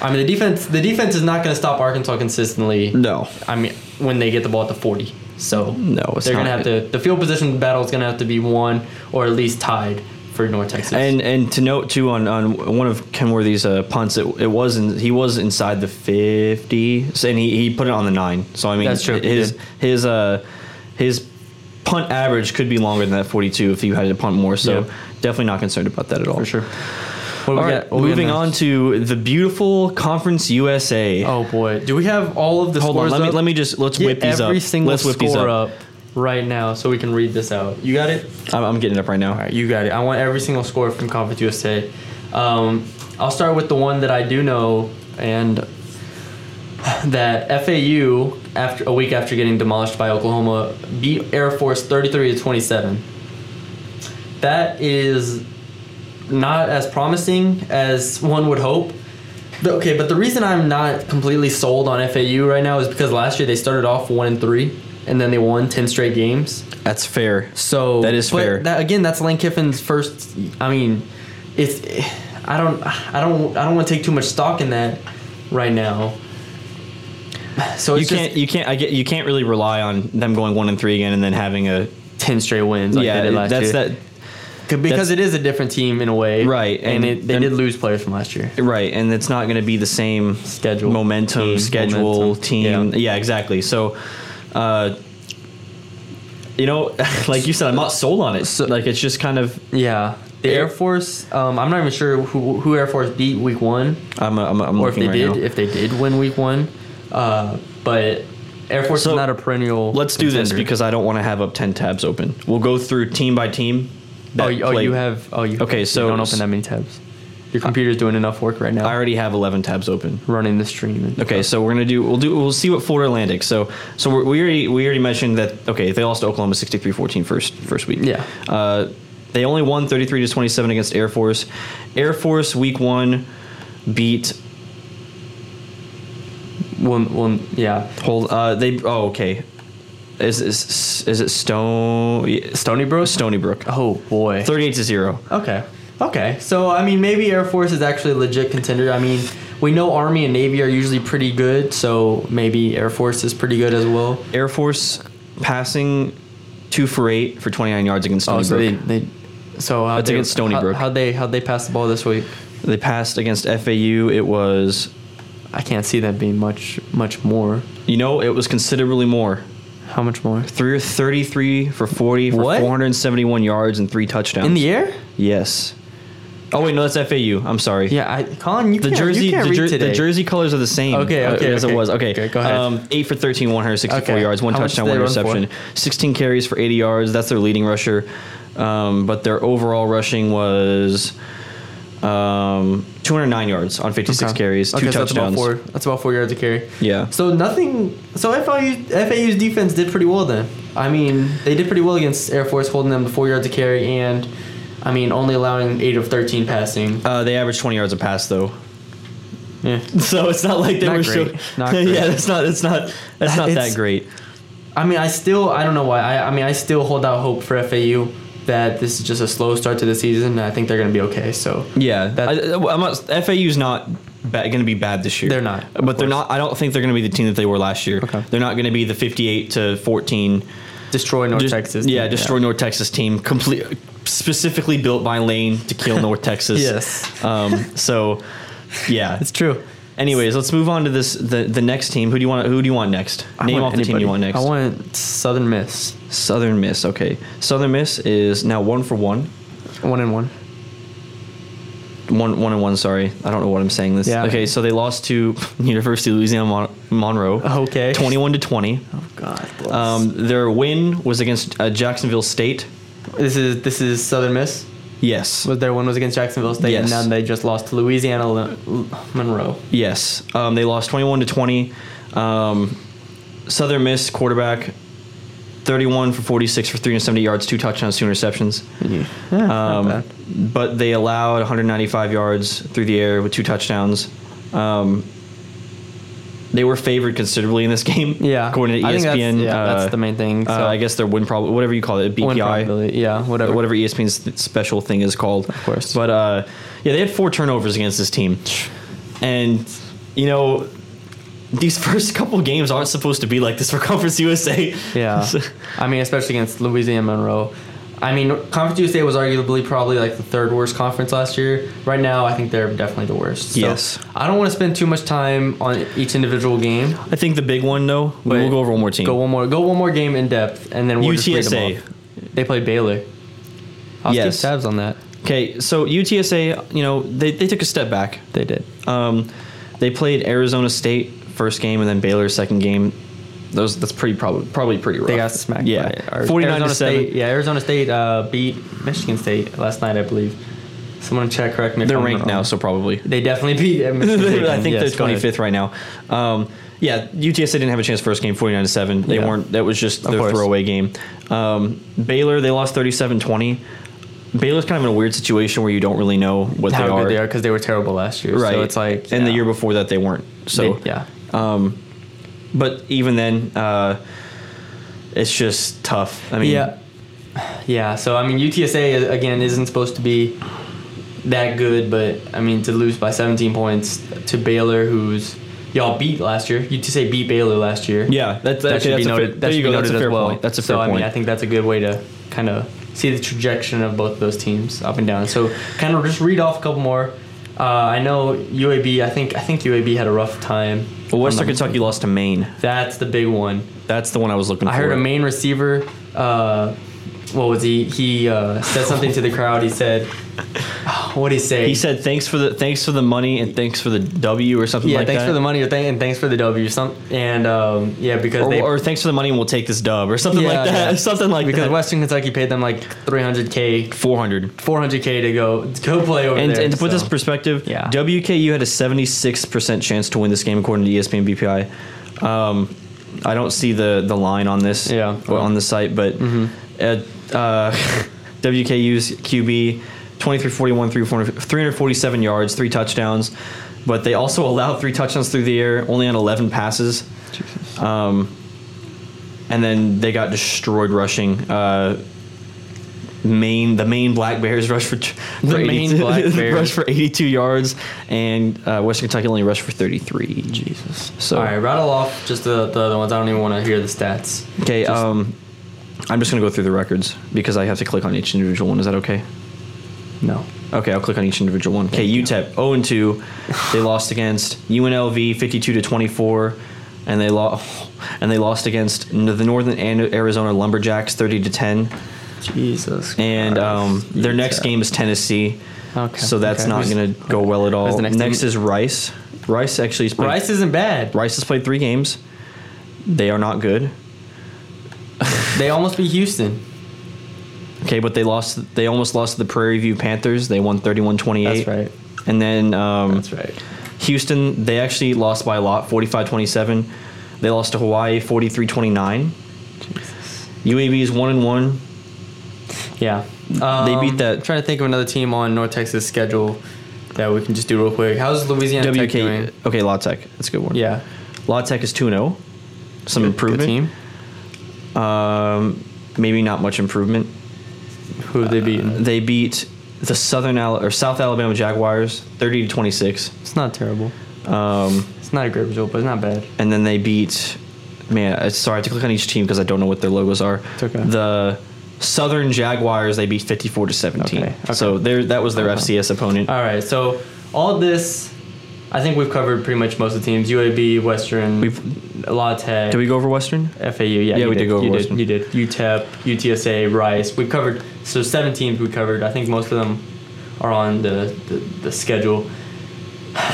A: I mean the defense the defense is not gonna stop Arkansas consistently.
B: no,
A: I mean, when they get the ball at the 40. So
B: No, it's
A: they're going to have
B: not.
A: to, the field position battle is going to have to be won or at least tied for North Texas.
B: And and to note too on, on one of Kenworthy's uh, punts, it, it was in, he was inside the fifty, so, and he, he put it on the nine. So I mean,
A: That's true, he
B: His
A: did.
B: his uh his punt average could be longer than that forty two if you had to punt more. So
A: Yeah.
B: definitely not concerned about that at all.
A: for sure. What do
B: All
A: we
B: right,
A: got- what do we got
B: moving
A: next?
B: on to the beautiful Conference USA.
A: Oh, boy. Do we have all of the
B: Hold on,
A: scores
B: let me
A: up?
B: let me just let's
A: Get
B: whip these up.
A: every single
B: let's whip
A: score
B: these up.
A: up. right now so we can read this out. You got it?
B: I'm, I'm getting it up right now.
A: All right, you got it. I want every single score from Conference USA. Um, I'll start with the one that I do know, and that FAU, after a week after getting demolished by Oklahoma, beat Air Force 33 to 27. That is not as promising as one would hope. The- Okay, but the reason I'm not completely sold on FAU right now is because last year they started off one and three, and then they won ten straight games.
B: That's fair.
A: So
B: That is
A: but
B: fair.
A: That, again, that's Lane Kiffin's first. I mean, it's. I don't. I don't. I don't want to take too much stock in that right now. So
B: You
A: it's
B: can't
A: just
B: you can't I get you can't really rely on them going one and three again and then having a
A: ten straight wins. Like
B: yeah
A: they did last
B: that's
A: year.
B: that
A: C- because it is a different team in a way,
B: Right,
A: And,
B: and
A: it, they
B: then-
A: did lose players from last year.
B: Right, and it's not going to be the same
A: Schedule.
B: momentum,
A: Team,
B: schedule,
A: momentum.
B: team.
A: Yeah.
B: Yeah. exactly. So, uh, you know, *laughs* like you said, I'm not sold on it. like it's just kind of
A: Yeah, the
B: Air-
A: Air Force. Um, I'm not even sure who, who Air Force beat week one,
B: I'm I'm, I'm
A: or if
B: looking
A: they
B: right
A: did
B: now.
A: if they did win week one. Uh, but Air Force
B: So,
A: is not a perennial.
B: Let's do this
A: contender.
B: because I don't want to have up ten tabs open. We'll go through team by team.
A: Oh,
B: that
A: you- oh,
B: played.
A: you have. Oh, you.
B: Okay,
A: you
B: so-
A: don't open that many tabs. Your computer's doing enough work right now.
B: I already have eleven tabs open.
A: running the stream. and-
B: Okay, so we're gonna do we'll do we'll see what Florida Atlantic. So so we're, we already we already mentioned that okay they lost to Oklahoma 63-14 first first week.
A: Yeah.
B: Uh, they only won thirty three to twenty seven against Air Force. Air Force week one beat
A: Well, well, yeah.
B: hold uh they oh okay is is is it Stone
A: Stony Bros.
B: Stony Brook
A: oh boy.
B: thirty eight to zero.
A: okay. Okay. So I mean, maybe Air Force is actually a legit contender. I mean, we know Army and Navy are usually pretty good, so maybe Air Force is pretty good as well.
B: Air Force passing two for eight for twenty nine yards against Stony
A: Oh, so they,
B: Brook.
A: they so how
B: That's against Stony Brook.
A: How they how they pass the ball this week?
B: they passed against FAU. It was
A: I can't see that being much much more.
B: you know it was considerably more.
A: How much more?
B: Through 33 for 40 for
A: What?
B: 471 yards and three touchdowns.
A: In the air?
B: yes. Oh wait, no, that's FAU. I'm sorry.
A: Yeah, I Colin, you
B: The
A: can't,
B: jersey,
A: you can't
B: the,
A: read
B: jer- the
A: today.
B: jersey colors are the same.
A: Okay,
B: uh,
A: okay,
B: as it
A: okay.
B: was. Okay,
A: Okay, go ahead.
B: Um, eight for 13, 164
A: Okay.
B: yards, one
A: How much
B: touchdown,
A: did
B: one
A: they run for?
B: interception, 16 carries for 80 yards. That's their leading rusher. Um, but their overall rushing was um, 209 yards on 56
A: Okay.
B: carries, two
A: Okay, so
B: touchdowns.
A: That's about, four, that's about four yards a carry.
B: Yeah.
A: So nothing. So FIU, FAU's defense did pretty well then. I mean, they did pretty well against Air Force, holding them to four yards a carry, and I mean, only allowing eight of thirteen passing.
B: Uh, they averaged 20 yards a pass though.
A: Yeah.
B: *laughs* So it's not like they
A: Not
B: were
A: great.
B: so
A: Not great.
B: *laughs* Yeah, that's not that's not that's not
A: It's-
B: that great.
A: I mean, I still. I don't know why. I, I mean, I still hold out hope for FAU that this is just a slow start to the season. and I think they're gonna be okay. So.
B: Yeah,
A: That-
B: I, am not, FAU's not ba- going to be bad this year.
A: They're not,
B: but
A: of
B: they're
A: course.
B: not. I don't think they're going to be the team that they were last year.
A: Okay.
B: They're not going to be the 58 to 14.
A: Destroy North
B: just-
A: Texas.
B: Yeah, destroy North Texas team. Complete, specifically built by Lane to kill
A: *laughs*
B: North Texas.
A: Yes.
B: Um, so, yeah.
A: It's true.
B: Anyways, let's move on to this the, the next team. Who do you want? Who do you want next?
A: I
B: Name off
A: want
B: the team
A: anybody.
B: you want next.
A: I want Southern Miss.
B: Southern Miss. Okay, Southern Miss is now one for one.
A: One and one.
B: one one and one. Sorry, I don't know what I'm saying. This
A: Yeah.
B: okay. So they lost to *laughs* University of Louisiana Mon- Monroe.
A: Oh, Okay.
B: twenty one to twenty.
A: Oh God.
B: Um, their win was against uh, Jacksonville State.
A: This is this is Southern Miss.
B: Yes.
A: Was their one was against Jacksonville State,
B: Yes.
A: and then they just lost to Louisiana Lo- Lo- Monroe.
B: Yes. Um, they lost twenty one to twenty. Um, Southern Miss quarterback, thirty one for forty six for three hundred seventy yards, two touchdowns, two interceptions.
A: Yeah, not
B: Um,
A: bad.
B: but they allowed 195 yards through the air with two touchdowns. Um, they were favored considerably in this *laughs* game.
A: yeah.
B: according to ESPN.
A: I think that's, yeah,
B: uh,
A: that's the main thing. So
B: uh, I guess their win probably whatever you call it,
A: win
B: BPI,
A: probability, yeah, whatever.
B: E whatever E ESPN's special thing is called. Of
A: course.
B: But uh, yeah, they had four turnovers against this team, and you know. These *laughs* first couple games aren't supposed to be like this for *laughs* Conference USA. *laughs*
A: Yeah. I mean, especially against Louisiana Monroe. I mean, Conference USA was arguably probably like the third worst conference last year. Right now, I think they're definitely the worst. So
B: Yes.
A: I don't want to spend too much time on each individual game.
B: I think the big one though. we'll
A: Wait.
B: go over one more team.
A: Go one more. Go one more game in depth, and then we'll just read
B: UTSA.
A: them off. They played Baylor. I'll
B: Yes.
A: keep tabs on that.
B: Okay, so UTSA, you know, they, they took a step back.
A: They did.
B: Um, they played Arizona State first game and then Baylor's second game. Those that's pretty probably probably pretty rough.
A: They got smacked.
B: Yeah,
A: by or-
B: forty nine
A: Arizona
B: to seven.
A: State. Yeah, Arizona State uh, beat Michigan State last night, I believe. Someone check correct me. if
B: They're
A: I'm
B: ranked
A: wrong.
B: now,
A: *laughs*
B: so probably.
A: they definitely
B: *laughs*
A: beat. uh,
B: I
A: Michigan State then.
B: think
A: Yes,
B: they're
A: go
B: twenty
A: ahead.
B: fifth right now. Um, yeah, UTSA didn't have a chance first game, forty nine to seven. They
A: Yeah.
B: weren't. That was just
A: Of
B: their
A: course.
B: throwaway game. Um, Baylor they lost 37-20. Baylor's kind of in a weird situation where you don't really know what
A: How
B: they
A: good
B: are.
A: they are because they were terrible last year.
B: right?
A: So it's like
B: and the
A: yeah.
B: year before that they weren't. So
A: They- yeah.
B: Um, but even then, uh, it's just tough. I mean,
A: yeah, yeah. So I mean, UTSA is- again isn't supposed to be that good, but I mean to lose by 17 points to Baylor, who's y'all beat last year. UTSA beat Baylor last year.
B: yeah. That,
A: that
B: okay,
A: should be
B: that's a
A: noted.
B: Fair,
A: that
B: there
A: should
B: you
A: be
B: go. That's
A: noted
B: a
A: as
B: fair
A: well.
B: point. That's a
A: so
B: fair
A: I mean,
B: point.
A: I think that's a good way to kind of see the trajectory of both those teams up and down. So kind of just read off a couple more. Uh, I know UAB. I think I think UAB had a rough time.
B: well, Western
A: on the-
B: Kentucky lost to Maine.
A: That's the big one.
B: That's the one I was looking
A: I
B: for.
A: heard a main receiver. Uh, what was he? He uh, said something to the crowd. He said, *sighs* "What did he say?"
B: He said, "Thanks for the thanks for the money and thanks for the W or something
A: "Yeah,
B: like
A: thanks
B: that."
A: for the money, or th- and thanks for the W." Some and um, yeah, because
B: or,
A: they
B: or thanks for the money and we'll take this dub or something
A: Yeah,
B: like that.
A: yeah.
B: *laughs* Something like
A: because
B: that.
A: Western Kentucky paid them like 300k,
B: four hundred.
A: 400k to go to go play over
B: And,
A: there.
B: and to put this
A: so.
B: in perspective,
A: Yeah.
B: WKU had a 76% chance to win this game according to E ESPN BPI. Um, I don't see the, the line on this
A: Yeah. Mm-hmm.
B: or on the site, but at, uh, *laughs* WKU's QB 2341 through 347 yards, three touchdowns, but they also allowed three touchdowns through the air, only on 11 passes. Um, and then they got destroyed rushing. Uh, Maine, the Maine Black Bears *laughs* rushed for *laughs* the
A: Maine Black Bears.
B: rushed for 82 yards, and uh, Western Kentucky only rushed for 33. Jesus. So
A: all right, rattle off just the, the other ones. I don't even want to hear the stats.
B: okay,
A: Just-
B: um, I'm just gonna go through the records because I have to click on each individual one. Is that okay?
A: No.
B: Okay, I'll click on each individual one. Okay, UTEP 0 and 2. They lost against UNLV 52 to 24, and they lost and they lost against the Northern An- Arizona Lumberjacks 30 to 10.
A: Jesus.
B: And um, their next game is Tennessee.
A: Okay,
B: So that's
A: okay.
B: not
A: Who's-
B: going to go well at all.
A: the
B: Next,
A: next team?
B: is Rice. Rice actually has played,
A: Rice isn't bad.
B: Rice has played three games. They are not good.
A: They almost beat Houston.
B: Okay, but they lost. They almost lost to the Prairie View Panthers. They won 31-28.
A: That's right.
B: And then um,
A: That's right.
B: Houston, they actually lost by a lot, 45-27. They lost to Hawaii 43-29. UAB is one and one.
A: Yeah.
B: They beat that-
A: I'm Um, trying to think of another team on North Texas schedule that we can just do real quick. How's Louisiana Tech
B: WK.
A: doing?
B: Okay, La Tech. That's a good one.
A: Yeah.
B: La Tech is 2-0. Some improvement.
A: Good team.
B: Um, maybe not much improvement.
A: Who have they beaten?
B: They beat the Southern Al- or South Alabama Jaguars 30 to 26.
A: It's not terrible.
B: Um,
A: It's not a great result, but it's not bad.
B: and then they beat man I- sorry I have to click on each team because i don't know what their logos are
A: It's okay.
B: the southern jaguars they beat 54 to 17
A: Okay, Uh-huh. Uh, okay.
B: so there that was their
A: Okay.
B: fcs opponent
A: All right. So all this, I think we've covered pretty much most of the teams. UAB, Western,
B: We've-
A: La Tech.
B: did we go over western
A: FAU, yeah,
B: Yeah,
A: you
B: we did go over
A: you
B: Western.
A: you did. E UTEP, UTSA, Rice. We covered so seven teams we covered. I think most of them are on the the, the schedule.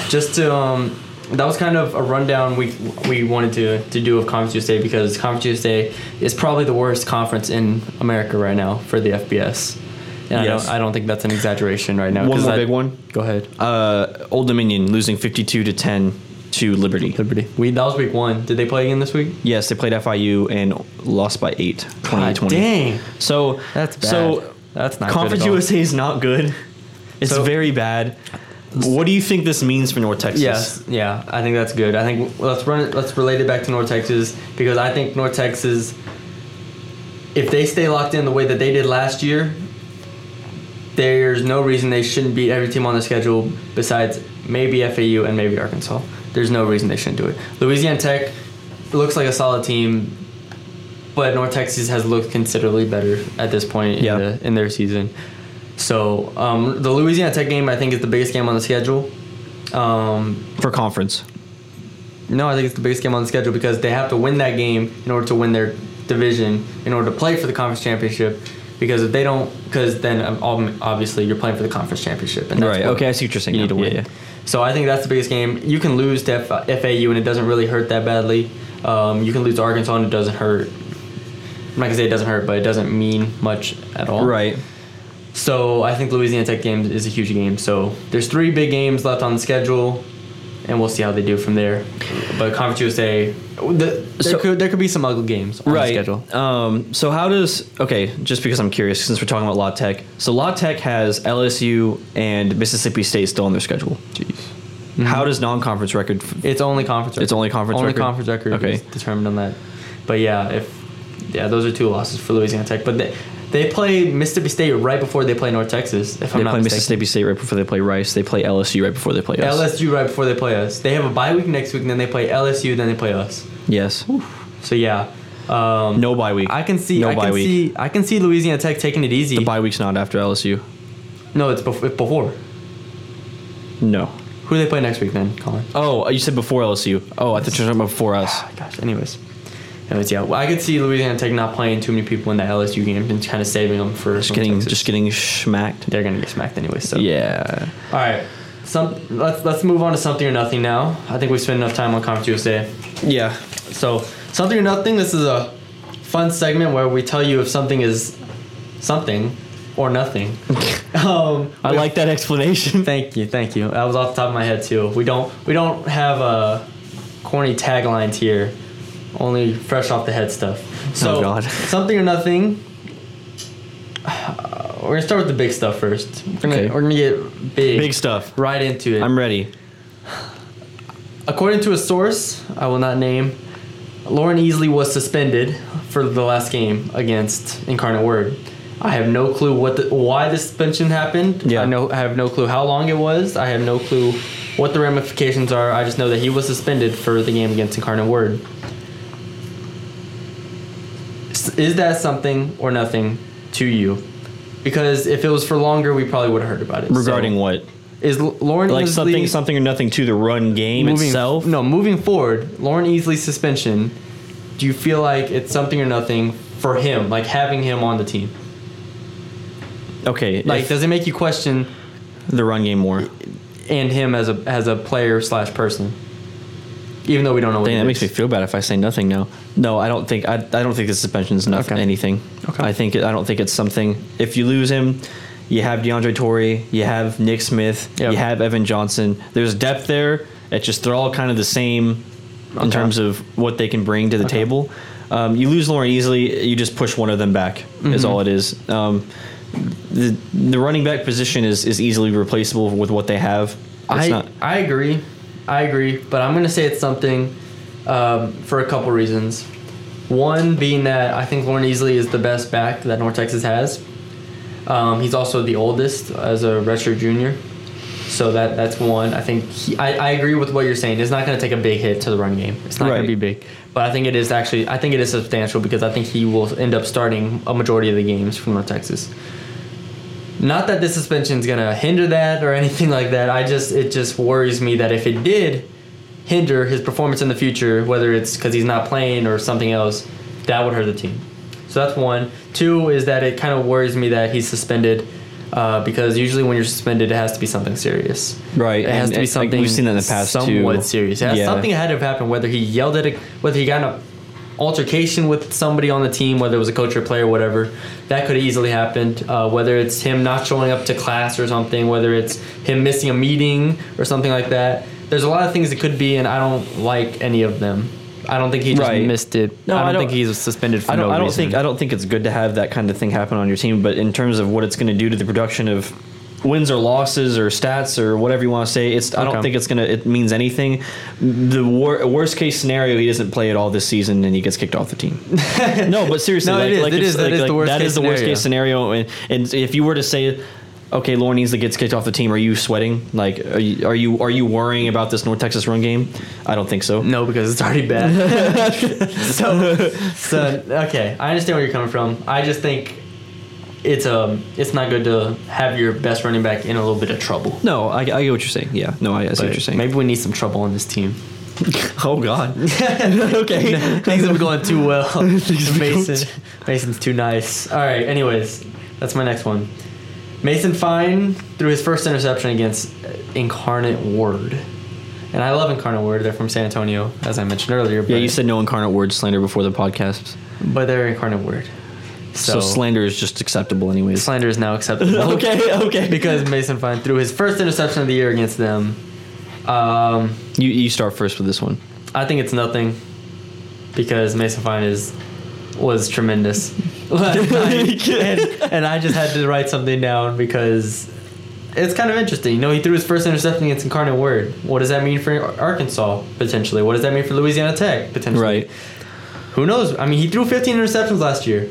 A: Just to um, that was kind of a rundown we we wanted to to do of Conference USA because Conference USA is probably the worst conference in America right now for the FBS. And
B: Yes.
A: I don't I don't think that's an exaggeration right now.
B: One
A: 'cause
B: more
A: I-
B: big one.
A: Go ahead.
B: uh, old dominion losing 52 to 10 to liberty
A: Liberty. We that was week one. Did they play again this week?
B: yes they played fiu and lost by 8 20
A: God dang.
B: so
A: That's bad.
B: so
A: That's not good at
B: conference
A: all.
B: usa is not good it's
A: So-
B: very bad what do you think this means for north texas
A: Yes, yeah, I think that's good. I think let's run it. Let's relate it back to North Texas because I think North Texas, if they stay locked in the way that they did last year, there's no reason they shouldn't beat every team on the schedule besides maybe FAU and maybe Arkansas. There's no reason they shouldn't do it. Louisiana Tech looks like a solid team, but North Texas has looked considerably better at this point in,
B: Yeah.
A: the, in their season. So um, the Louisiana Tech game, I think, is the biggest game on the schedule. Um,
B: for conference
A: no, I think it's the biggest game on the schedule because they have to win that game in order to win their division, in order to play for the conference championship. Because if they don't, because then um, ob- obviously you're playing for the conference championship. And that's
B: right
A: what
B: okay i see what you're saying
A: You need to
B: now.
A: win.
B: Yeah, yeah.
A: So I think that's the biggest game. You can lose to F- FAU and it doesn't really hurt that badly. Um, you can lose to Arkansas and it doesn't hurt. I'm not gonna say it doesn't hurt, but it doesn't mean much at all.
B: Right.
A: So I think Louisiana Tech game is a huge game. So there's three big games left on the schedule, and we'll see how they do from there. But Conference USA, the, there,
B: So-
A: could, there could be some ugly games on the
B: Right.
A: schedule.
B: Um, so how does okay? Just because I'm curious, since we're talking about La Tech, so La Tech has LSU and Mississippi State still on their schedule. Jeez. Mm-hmm. How does non-conference record? f-
A: It's only conference. Record.
B: It's only conference
A: Only
B: record?
A: conference record.
B: Okay.
A: is determined on that. But yeah, if yeah, those are two losses for Louisiana Tech. But they they play Mississippi State right before they play North Texas. If
B: They
A: I'm not
B: play
A: mistaken.
B: Mississippi State right before they play Rice. They play LSU right before they play us.
A: LSU right before they play us. They have a bye week next week, and then they play LSU, then they play us.
B: yes.
A: So yeah. Um,
B: No bye week.
A: I can see.
B: no
A: I
B: bye
A: can
B: week.
A: see. I can see Louisiana Tech taking it easy.
B: The bye week's not after LSU.
A: No, it's bef- before.
B: No.
A: Who do they play next week then, Colin?
B: Oh, you said before LSU. Oh, I thought you were talking about before us.
A: Oh, gosh. Anyways. Anyways, yeah. Well, I could see Louisiana Tech not playing too many people in the LSU game and kind of saving them for
B: Just
A: from
B: getting,
A: Texas.
B: just getting schmacked.
A: They're gonna get smacked anyway. So
B: Yeah.
A: All right. Some let's let's move on to something or nothing now. I think we spent enough time on Conference USA.
B: Yeah.
A: So something or nothing. This is a fun segment where we tell you if something is something or
B: *laughs*
A: nothing. um,
B: I like
A: *laughs*
B: that explanation.
A: Thank you, thank you. That was off the top of my head too. We don't we don't have uh, corny taglines here, only fresh off the head stuff. So
B: Oh, God. *laughs*
A: something or nothing. Uh, we're gonna start with the big stuff first. We're gonna,
B: Okay.
A: we're gonna get big,
B: Big stuff.
A: right into it.
B: I'm ready.
A: According to a source I will not name, Lauren Easley was suspended for the last game against Incarnate Word. I have no clue what the, why the suspension happened.
B: Yeah.
A: I know I have no clue how long it was. I have no clue what the ramifications are. I just know that he was suspended for the game against Incarnate Word. S- Is that something or nothing to you? Because if it was for longer, we probably would have heard about it. So,
B: Regarding what?
A: is L- Lauren
B: like
A: Easley
B: something something or nothing to the run game
A: moving,
B: itself.
A: No, moving forward, Lauren Easley's suspension. Do you feel like it's something or nothing for him, like having him on the team?
B: Okay,
A: Like,
B: like
A: does it make you question
B: the run game more.
A: and him as a as a player slash person? even though we don't know. What
B: Dang,
A: it
B: that makes me
A: is.
B: feel bad if I say nothing now. No, I don't think I, I don't think the suspension's not
A: Okay.
B: anything.
A: Okay.
B: I think I don't think it's something. If you lose him, you have DeAndre Torrey, you have Nick Smith,
A: Yep.
B: you have Evan Johnson. There's depth there. It's just they're all kind of the same in
A: Okay.
B: terms of what they can bring to the table. Um, you lose Lauren easily. You just push one of them back. Is
A: Mm-hmm.
B: all it is. Um, the the running back position is, is easily replaceable with what they have. It's
A: I
B: not.
A: I agree, I agree, but I'm gonna say it's something um, for a couple reasons. One being that I think Lauren Easley is the best back that North Texas has. Um, he's also the oldest as a redshirt junior, so that that's one. I think he, I, I agree with what you're saying. It's not going to take a big hit to the run game. It's not going
B: Right.
A: to be big, but I think it is actually. I think it is substantial because I think he will end up starting a majority of the games for North Texas. Not that this suspension is going to hinder that or anything like that. I just it just worries me that if it did hinder his performance in the future, whether it's because he's not playing or something else, that would hurt the team. So that's one. Two is that it kind of worries me that he's suspended uh, because usually when you're suspended, it has to be something serious.
B: Right,
A: It has
B: and
A: to be
B: it's like
A: something
B: we've seen that in the past, too.
A: somewhat serious. It has-
B: Yeah.
A: Something had to have happened. Whether he yelled at, a, whether he got in a altercation with somebody on the team, whether it was a coach or player, whatever, that could have easily happened. Uh, whether it's him not showing up to class or something, whether it's him missing a meeting or something like that. There's a lot of things it could be, and I don't like any of them. I don't think he just
B: Right.
A: missed it.
B: No,
A: I, don't
B: I don't-
A: think he's suspended for
B: I don't,
A: no
B: I don't
A: reason.
B: think I don't think it's good to have that kind of thing happen on your team, but in terms of what it's going to do to the production of wins or losses or stats or whatever you want to say, it's I don't
A: Okay.
B: think it's gonna it means anything. The wor- worst case scenario, he doesn't play at all this season and he gets kicked off
A: *laughs*
B: the team. no, but seriously,
A: No,
B: like,
A: it is.
B: like
A: It
B: if-
A: is. That
B: like-
A: is the
B: like,
A: worst
B: that
A: case
B: is the worst case scenario. And, and if you were to say. Okay, Lauren Easley gets kicked off the team. Are you sweating? Like, are you are you, are you worrying about this North Texas run game? I don't think so.
A: No, because it's already bad.
B: *laughs*
A: so, so okay, I understand where you're coming from. I just think it's um it's not good to have your best running back in a little bit of trouble.
B: No, I, I get what you're saying. Yeah, no, I, I see what you're saying.
A: Maybe we need some trouble on this team.
B: *laughs* Oh God. okay.
A: *laughs* Things have been going too
B: *laughs*
A: well.
B: have been going
A: Mason, Mason's too nice. All right. Anyways, that's my next one. Mason Fine threw his first interception against Incarnate Word, and I love Incarnate Word. They're from San Antonio, as I mentioned earlier.
B: Yeah,
A: but-
B: you said no incarnate word slander before the podcast,
A: but they're incarnate word.
B: so,
A: So,
B: slander is just acceptable anyways.
A: slander is now acceptable.
B: *laughs* okay.
A: *laughs* because Mason Fine threw his first interception of the year against them. Um,
B: you you start first with this one.
A: I think it's nothing because Mason Fine is was tremendous. *laughs*
B: *laughs*
A: and, and I just had to write something down because it's kind of interesting. You know, he threw his first interception against Incarnate Word. What does that mean for Arkansas potentially? What does that mean for Louisiana Tech potentially?
B: Right.
A: Who knows? I mean, he threw 15 interceptions last year.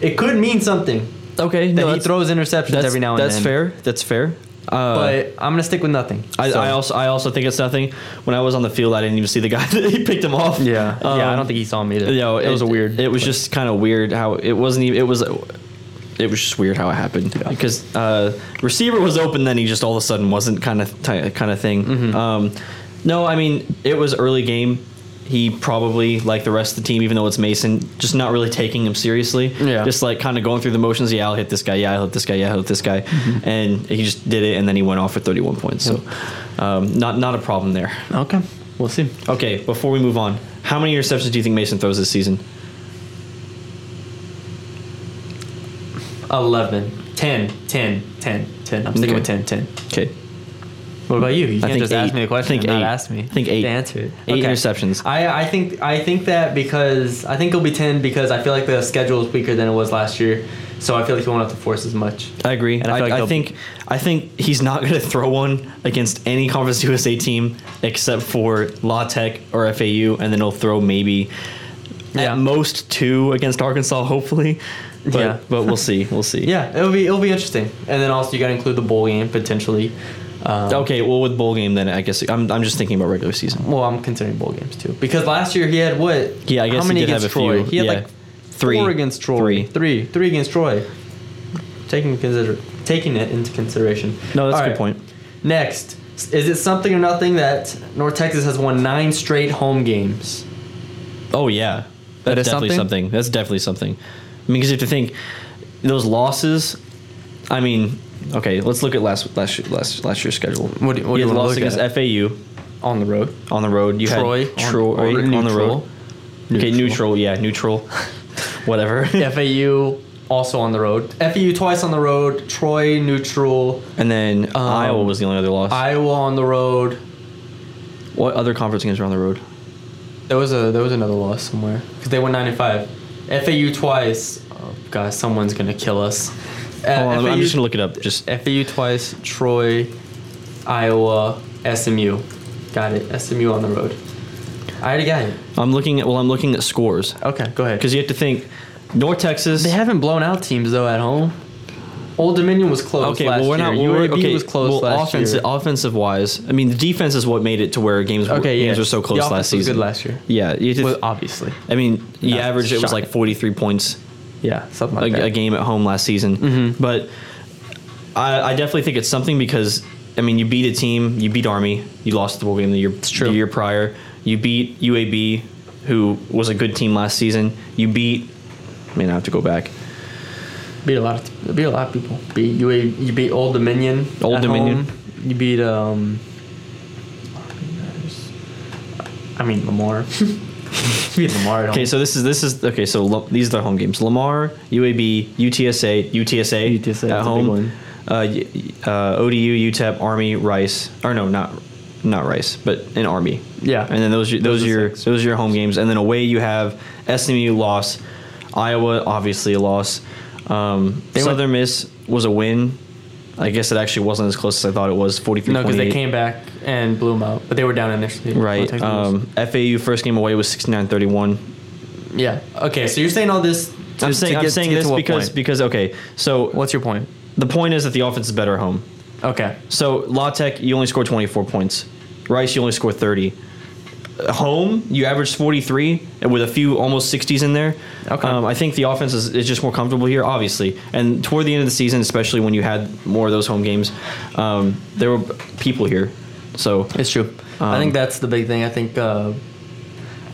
A: It could mean something.
B: Okay.
A: that he throws interceptions
B: that's,
A: every now and
B: that's
A: then.
B: fair. That's fair. Uh,
A: But I'm gonna stick with nothing.
B: I,
A: So-
B: I also I also think it's nothing. When I was on the field, I didn't even see the guy *laughs* that he picked him off.
A: yeah yeah I
B: Um,
A: don't think he saw me either.
B: you know,
A: it, was a weird.
B: It was just kind of weird how it wasn't even. It was. It was just weird how it happened because uh, receiver was open, then he just all of a sudden wasn't kind of kind of thing.
A: Mm-hmm.
B: Um, no, I mean it was early game. He probably like the rest of the team, even though it's Mason, just not really taking him seriously.
A: Yeah.
B: just like kind of going through the motions. Yeah, I'll hit this guy. Yeah, I'll hit this guy. Yeah, I'll hit this guy.
A: Mm-hmm.
B: And he just did it, and then he went off for thirty-one points. So, um, not not a problem there.
A: okay. We'll see.
B: Okay, before we move on, how many interceptions do you think Mason throws this season?
A: Eleven. 10, 10, 10, 10. I'm sticking
B: Okay.
A: with 10, 10.
B: Okay,
A: What about you? You can't
B: think
A: just ask
B: eight.
A: me a question.
B: I think
A: and not
B: eight.
A: ask me.
B: I think eight.
A: To answer it.
B: Eight interceptions.
A: I, I think I think that because I think it'll be ten because I feel like the schedule is weaker than it was last year, so I feel like he won't have to force as much.
B: I agree.
A: And I
B: I,
A: feel like
B: I
A: they'll-
B: think I think he's not going to throw one against any Conference USA team except for La Tech or FAU, and then he'll throw maybe
A: Yeah.
B: at most two against Arkansas, hopefully. But,
A: Yeah.
B: but we'll see. We'll see.
A: Yeah, it'll be it'll be interesting. And then also you got to include the bowl game potentially. Um,
B: Okay. Well, with bowl game, then I guess I'm, I'm just thinking about regular season.
A: Well, I'm considering bowl games too because last year he had what?
B: Yeah, I guess
A: how many
B: he did
A: against
B: have a
A: Troy?
B: few.
A: He had
B: yeah.
A: like four against Troy.
B: Three.
A: three, three against Troy. Taking consider taking it into consideration.
B: No, that's
A: All
B: a good
A: right.
B: point.
A: Next, is it something or nothing that North Texas has won nine straight home games?
B: Oh yeah, that's
A: That is
B: definitely
A: something?
B: something? That's definitely something. I mean, because you have to think those losses. I mean, okay, let's look at last last year- last last year's schedule.
A: What do- what do
B: He
A: you
B: had
A: wanna
B: lost
A: look
B: against
A: at?
B: FAU.
A: on the road.
B: on the road. You
A: Troy,
B: had Troy
A: or
B: on, the
A: neutral. *laughs*
B: road. Okay, neutral. Yeah, neutral. Whatever.
A: FAU also on the road. FAU twice on the road. Troy neutral.
B: And then
A: Um,
B: Iowa was the only other loss.
A: Iowa on the road.
B: what other conference games were on the
A: Uh,
B: road?
A: There was a there was another loss somewhere because they went nine and five. FAU twice. Oh God, someone's gonna kill us. Uh,
B: Hold on, I'm-
A: FAU
B: I'm just gonna look it up. Just
A: FAU twice, Troy, Iowa, SMU. Got it. SMU on the road. I already got it.
B: I'm looking at well, I'm looking at scores
A: Okay, go ahead.
B: because you have to think North Texas.
A: They haven't blown out teams though at home. Old Dominion was close
B: Okay,
A: last
B: well we're
A: year.
B: not. we're,
A: UAB
B: okay,
A: was close
B: well,
A: last
B: offensive,
A: year.
B: offensive wise, I mean the defense is what made it to where games were-
A: Okay, yeah.
B: games were so
A: The
B: close
A: offense
B: last
A: was
B: season.
A: good last year.
B: Yeah, you just,
A: Well, obviously.
B: I mean the
A: That's
B: average it was like
A: shocking.
B: 43 points
A: Yeah, something
B: a,
A: like that. Mm-hmm.
B: a game at home last season. But I, I definitely think it's something because I mean you beat a team, you beat Army, you lost the bowl game the year
A: true.
B: the year prior, you beat UAB, who was a good team last season, you beat. I mean I have to go back.
A: Beat a lot of beat a lot of people. Beat you you beat Old Dominion.
B: Old
A: at
B: Dominion.
A: home. You beat um. I mean *laughs* Lamar. you beat Lamar at home.
B: Okay, so this is this is okay. So Lo- these are the home games: Lamar, UAB, UTSA, UTSA,
A: UTSA, that's a
B: at
A: big
B: home.
A: one.
B: Uh, y- uh, ODU, UTEP, Army, Rice, or no, not not Rice, but an Army.
A: Yeah.
B: and then those are-
A: Those
B: those, are
A: are
B: your
A: six.
B: those are your home games, and then away you have SMU loss, Iowa obviously a loss, um,
A: They went-
B: Southern Miss was a win. I guess it actually wasn't as close as I thought it was. Forty three.
A: no, because they came back and blew them out, but they were down initially.
B: right.
A: Texas was-
B: Um, FAU first game away was sixty nine thirty one.
A: yeah. Okay, so you're saying all this. To,
B: I'm saying
A: to
B: I'm
A: get, to
B: saying
A: get
B: this
A: to what
B: because
A: point?
B: because okay. So
A: What's your point?
B: the point is that the offense is better at home.
A: Okay.
B: So La Tech, you only score 24 points. Rice, you only score 30. At Home, you average 43 and with a few almost 60s in there.
A: Okay.
B: Um, I think the offense is, is just more comfortable here, obviously. And toward the end of the season, especially when you had more of those home games, um, there were people here. So
A: It's true. I
B: Um,
A: think that's the big thing. I think uh,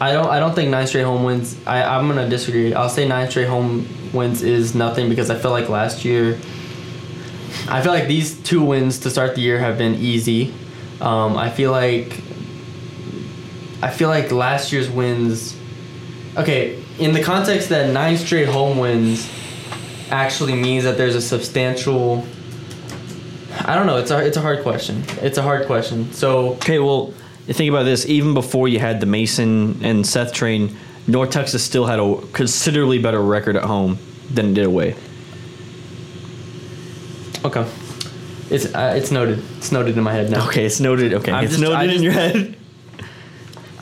A: I don't. I don't think nine straight home wins. I, I'm gonna disagree. I'll say nine straight home wins is nothing because I feel like last year. I feel like these two wins to start the year have been easy. Um, I feel like. I feel like last year's wins. Okay, in the context that nine straight home wins actually means that there's a substantial. I don't know. It's a it's a hard question. It's a hard question. So
B: Okay, well, think about this. Even before you had the Mason and Seth train, North Texas still had a considerably better record at home than it did away.
A: okay, it's uh, it's noted. It's noted in my head now.
B: Okay, it's noted. Okay,
A: I'm
B: it's
A: just-
B: noted
A: I
B: in
A: just-
B: your head.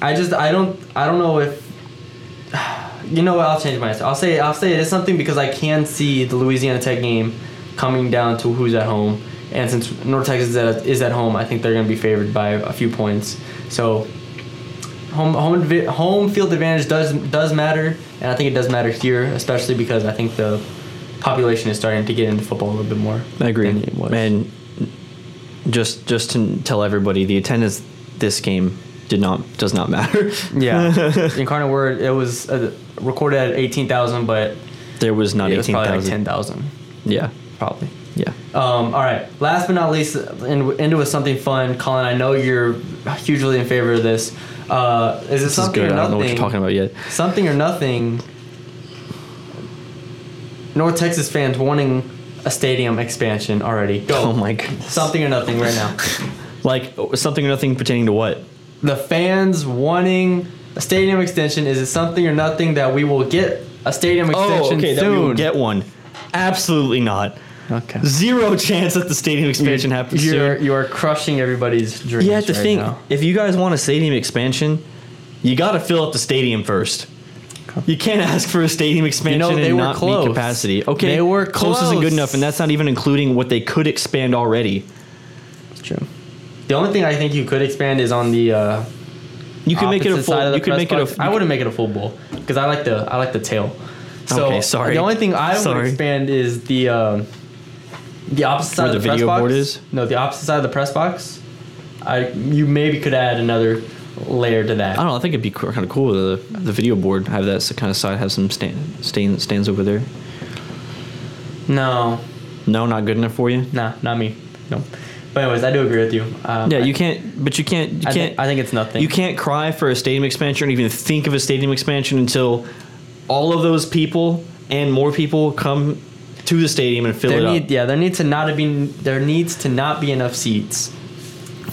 A: I just I don't I don't know if. You know what? I'll change my answer. I'll say I'll say it is something because I can see the Louisiana Tech game coming down to who's at home, and since North Texas is at, is at home, I think they're going to be favored by a few points. So home home adva- home field advantage does does matter, and I think it does matter here, especially because I think the population is starting to get into football a little bit more.
B: I agree.
A: than it was.
B: And just just to tell everybody, the attendance this game did not does not matter. *laughs*
A: *laughs* yeah, incarnate word. It was uh, recorded at eighteen thousand, but
B: there was not
A: it was
B: eighteen
A: probably like
B: thousand.
A: ten thousand,
B: yeah,
A: probably.
B: yeah.
A: Um, all right. Last but not least, end, end with something fun, Colin. I know you're hugely in favor of this. Uh, is it
B: This is
A: something
B: good.
A: or
B: I
A: nothing?
B: don't know what you're talking about yet.
A: Something or nothing. North Texas fans wanting a stadium expansion already. Go.
B: Oh my goodness.
A: Something or nothing right now.
B: Like something or nothing pertaining to what?
A: the fans wanting a stadium extension. Is it something or nothing that we will get a stadium extension
B: Oh, that we will
A: Oh, soon?
B: get one. Absolutely not.
A: okay.
B: Zero chance that the stadium expansion happens soon.
A: You're, you're crushing everybody's dreams.
B: You have to
A: right
B: think
A: now.
B: if you guys want a stadium expansion, you got to fill up the stadium first. You can't ask for a stadium expansion
A: know, they
B: and
A: were
B: not
A: close.
B: meet capacity. Okay,
A: They were
B: close isn't good
A: close.
B: enough, and that's not even including what they could expand already.
A: True. The only thing I think you could expand is on the. Uh,
B: You could make it a
A: opposite side of
B: full.
A: the
B: You could
A: press
B: make it a.
A: box. I wouldn't make it a full bowl because I like the I like the tail. So
B: Okay, sorry.
A: The only thing I would
B: Sorry.
A: expand is the um, the opposite side
B: Where
A: of
B: the
A: the
B: video
A: press
B: board
A: box.
B: is?
A: No, the opposite side of the press box. I you maybe could add another layer to that.
B: I don't know. I think it'd be kind of cool. The the video board have that kind of side have some stand, stand stands over there.
A: No,
B: No, not good enough for you.
A: nah, not me. No. But anyways, I do agree with you. Um,
B: Yeah,
A: I-
B: you can't. But you can't. You
A: I,
B: can't.
A: think, I think it's nothing.
B: You can't cry for a stadium expansion or even think of a stadium expansion until all of those people and more people come to the stadium and fill
A: There
B: it
A: need,
B: up.
A: yeah, there needs to not be there needs to not be enough seats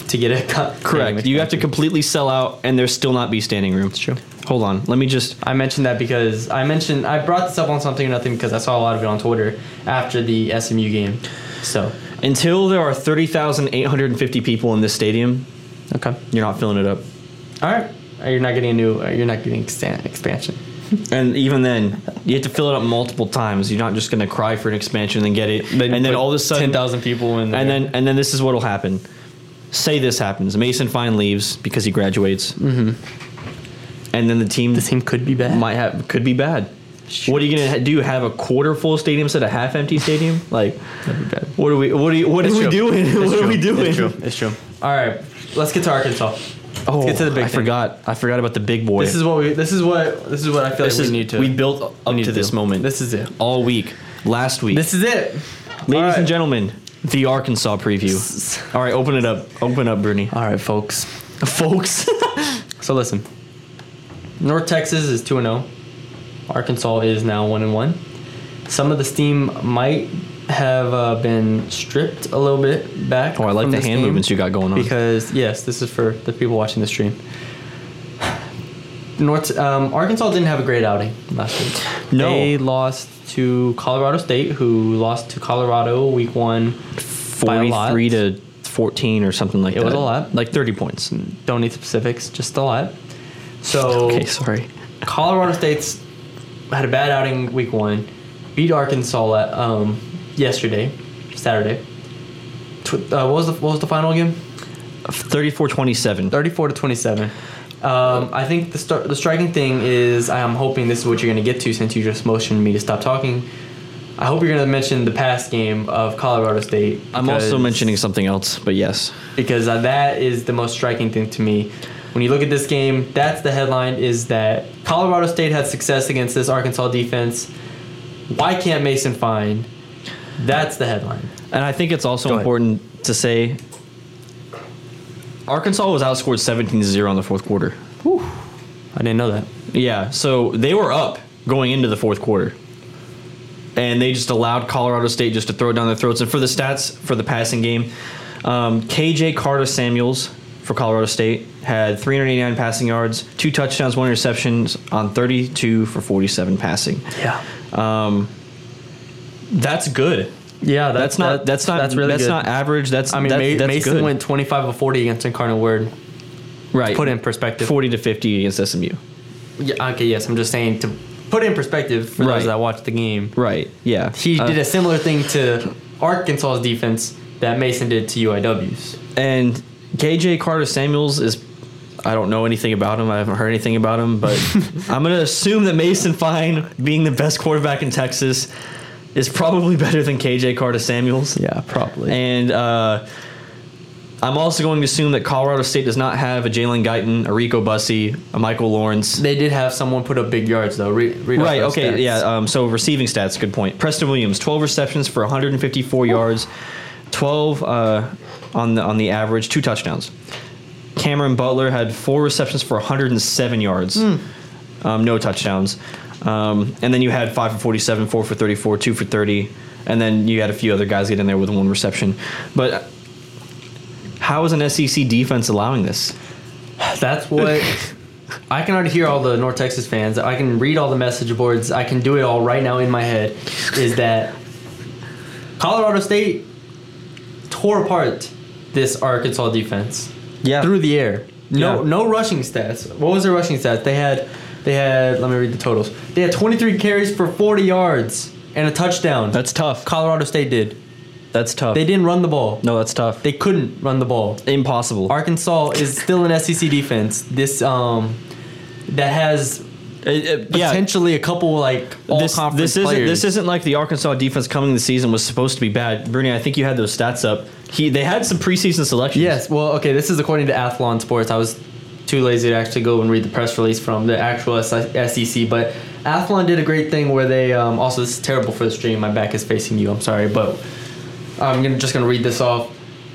A: to get *laughs* it cut.
B: Correct. You have to completely sell out, and there still not be standing room.
A: true.
B: Hold on. Let me just.
A: I mentioned that because I mentioned I brought this up on something or nothing because I saw a lot of it on Twitter after the SMU game. So
B: Until there are thirty thousand eight hundred and fifty people in this stadium,
A: okay,
B: you're not filling it up.
A: all right. Uh, You're not getting a new. You're not getting extan- expansion.
B: And even then, you have to fill it up multiple times. You're not just going to cry for an expansion and then get it, and then all of a sudden
A: ten thousand people in.
B: And then and then this is what will happen. Say this happens. Mason Fine leaves because he graduates. Mm-hmm. And then the team
A: the team could be bad.
B: might have could be bad. What are you gonna ha- do? Have a quarter full stadium instead of half empty stadium? Like,
A: That'd be bad.
B: what are we? What are you? What are
A: It's
B: we
A: true.
B: doing?
A: It's
B: what
A: true.
B: are we doing?
A: It's true. It's true. All right, let's get to Arkansas.
B: Oh,
A: let's get to the big
B: I
A: thing.
B: forgot. I forgot about the big boy.
A: This is what we. This is what. This is what I feel
B: This
A: like
B: is-
A: we need to.
B: we built up
A: we need
B: to this
A: do.
B: moment.
A: This is it.
B: all week. Last week,
A: This is it.
B: ladies
A: Alright.
B: and gentlemen, the Arkansas preview. all right, open it up. Open up, Bruni.
A: All right, folks. *laughs*
B: folks.
A: So listen. North Texas is 2 0. Arkansas is now 1 and 1. Some of the steam might have uh, been stripped a little bit back.
B: Oh, I like
A: from
B: the
A: this
B: hand
A: game
B: movements you got going on.
A: Because, yes, this is for the people watching the stream. North um, Arkansas didn't have a great outing last week.
B: No.
A: They lost to Colorado State, who lost to Colorado week one. by a lot.
B: 43 to 14 or something like
A: It
B: that.
A: was a lot.
B: Like 30 points.
A: Don't need specifics, just a lot. So
B: Okay, sorry.
A: Colorado State's had a bad outing week one, beat Arkansas at, um, yesterday, Saturday. Tw- uh, what was the what was the final again?
B: 34 27.
A: Thirty-four to twenty-seven. Um, I think the star- the striking thing is I'm hoping this is what you're going to get to since you just motioned me to stop talking. I hope you're going to mention the past game of Colorado State.
B: I'm also
A: because-
B: mentioning something else, but yes.
A: because uh, that is the most striking thing to me. When you look at this game, that's the headline is that Colorado State had success against this Arkansas defense. Why can't Mason find? That's the headline.
B: And I think it's also
A: Go ahead.
B: important to say Arkansas was outscored 17 0 on the fourth quarter.
A: I didn't know that.
B: Yeah, so they were up going into the fourth quarter. And they just allowed Colorado State just to throw it down their throats. And for the stats for the passing game, um, KJ Carter Samuels for Colorado State had 389 passing yards, two touchdowns, one interceptions on 32 for 47 passing.
A: Yeah.
B: That's good.
A: Yeah,
B: That's not. That's not. That's,
A: really good.
B: not average. That's.
A: I mean,
B: that-
A: Ma-
B: that's
A: Mason
B: good.
A: went 25 of 40 against Incarnate Word.
B: right.
A: Put in perspective.
B: 40 to 50 against SMU.
A: Yeah, okay, yes, I'm just saying to put in perspective for
B: Right.
A: those that watched the game.
B: Right. Yeah.
A: He
B: Uh,
A: did a similar thing to Arkansas's defense that Mason did to UIW's.
B: And KJ Carter Samuels is. I don't know anything about him. I haven't heard anything about
A: *laughs*
B: him, but I'm going to assume that Mason Fine, being the best quarterback in Texas, is probably better than KJ Carter Samuels.
A: Yeah, probably.
B: And uh, I'm also going to assume that Colorado State does not have a Jalen Guyton, a Rico Bussey, a Michael Lawrence.
A: They did have someone put up big yards though. Read, read off
B: Right.
A: those
B: Okay.
A: stats.
B: Yeah. Um, so receiving stats. Good point. Preston Williams, 12 receptions for 154 yards, 12 uh, on the on the average, two touchdowns. Cameron Butler had four receptions for 107 yards, um, no touchdowns. Um, and then you had five for 47, four for 34, two for 30, and then you had a few other guys get in there with one reception. But how is an SEC defense allowing this?
A: *laughs* that's
B: *laughs*
A: what. I can already hear all the North Texas fans. I can read all the message boards. I can do it all right now in my head. Is that Colorado State tore apart this Arkansas defense
B: Yeah.
A: through the air. No,
B: Yeah.
A: no rushing stats. What was their rushing stats? They had, they had. Let me read the totals. They had 23 carries for 40 yards and a touchdown.
B: That's tough.
A: Colorado State did.
B: That's tough.
A: They didn't run the ball.
B: no, that's tough.
A: They couldn't run the ball.
B: Impossible.
A: Arkansas is still an SEC defense. This um, that has
B: It- it- yeah.
A: potentially a couple like all
B: this,
A: conference
B: this isn't
A: players.
B: this isn't like the Arkansas defense coming the season was supposed to be bad. Bruni, I think you had those stats up. He they had some preseason selections.
A: yes. Well, okay. This is according to Athlon Sports. I was too lazy to actually go and read the press release from the actual S- SEC, but Athlon did a great thing where they um, also this is terrible for the stream. My back is facing you. I'm sorry, but I'm gonna, just gonna read this off.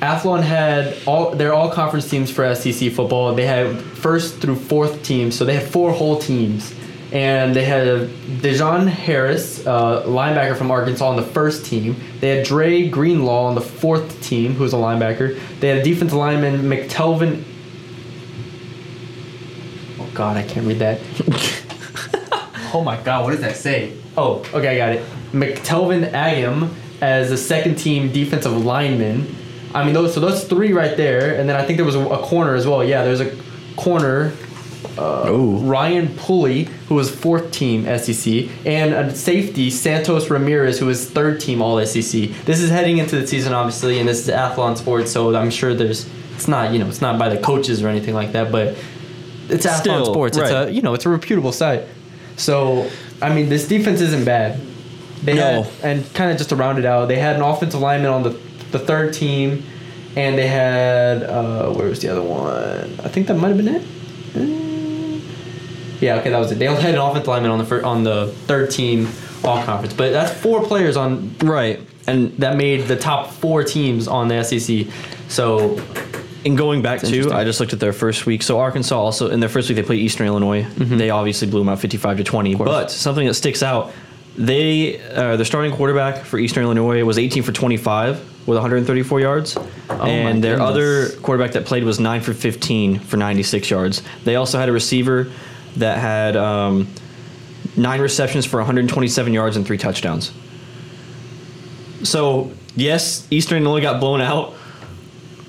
A: Athlon had all they're all conference teams for SEC football. They had first through fourth teams, so they had four whole teams, and they had Dejon Harris, uh, linebacker from Arkansas, on the first team. They had Dre Greenlaw on the fourth team, who's a linebacker. They had a defensive lineman McTelvin. Oh God, I can't read that. oh my God, what does that say? Oh, okay, I got it. McTelvin Agam as a second team defensive lineman. I mean, those so those three right there, and then I think there was a, a corner as well. Yeah, there's a corner. Uh,
B: Ooh.
A: Ryan Pulley, who was fourth team SEC, and a safety Santos Ramirez, who was third team All SEC. This is heading into the season, obviously, and this is Athlon Sports, so I'm sure there's it's not you know it's not by the coaches or anything like that, but it's Athlon
B: Still,
A: Sports. It's
B: right.
A: a you know it's a reputable site. So I mean, this defense isn't bad. They
B: No.
A: had, and kind of just to round it out, they had an offensive lineman on the the third team, and they had uh, where was the other one? I think that might have been it. Mm. Yeah, okay, that was it. They only had an offensive lineman on the fir- on the third team all conference, but that's four players on
B: right. And
A: that made the top four teams on the SEC. So
B: and going back to,
A: interesting.
B: I just looked at their first week. So Arkansas also in their first week they played Eastern Illinois.
A: Mm-hmm.
B: They obviously blew them out fifty-five to twenty. But something that sticks out, they uh, their starting quarterback for Eastern Illinois was eighteen for twenty-five with one hundred and thirty-four yards, and their
A: Oh goodness.
B: other quarterback that played was nine for fifteen for ninety-six yards. They also had a receiver that had um, nine receptions for one hundred and twenty-seven yards and three touchdowns. So yes, Eastern Illinois got blown out.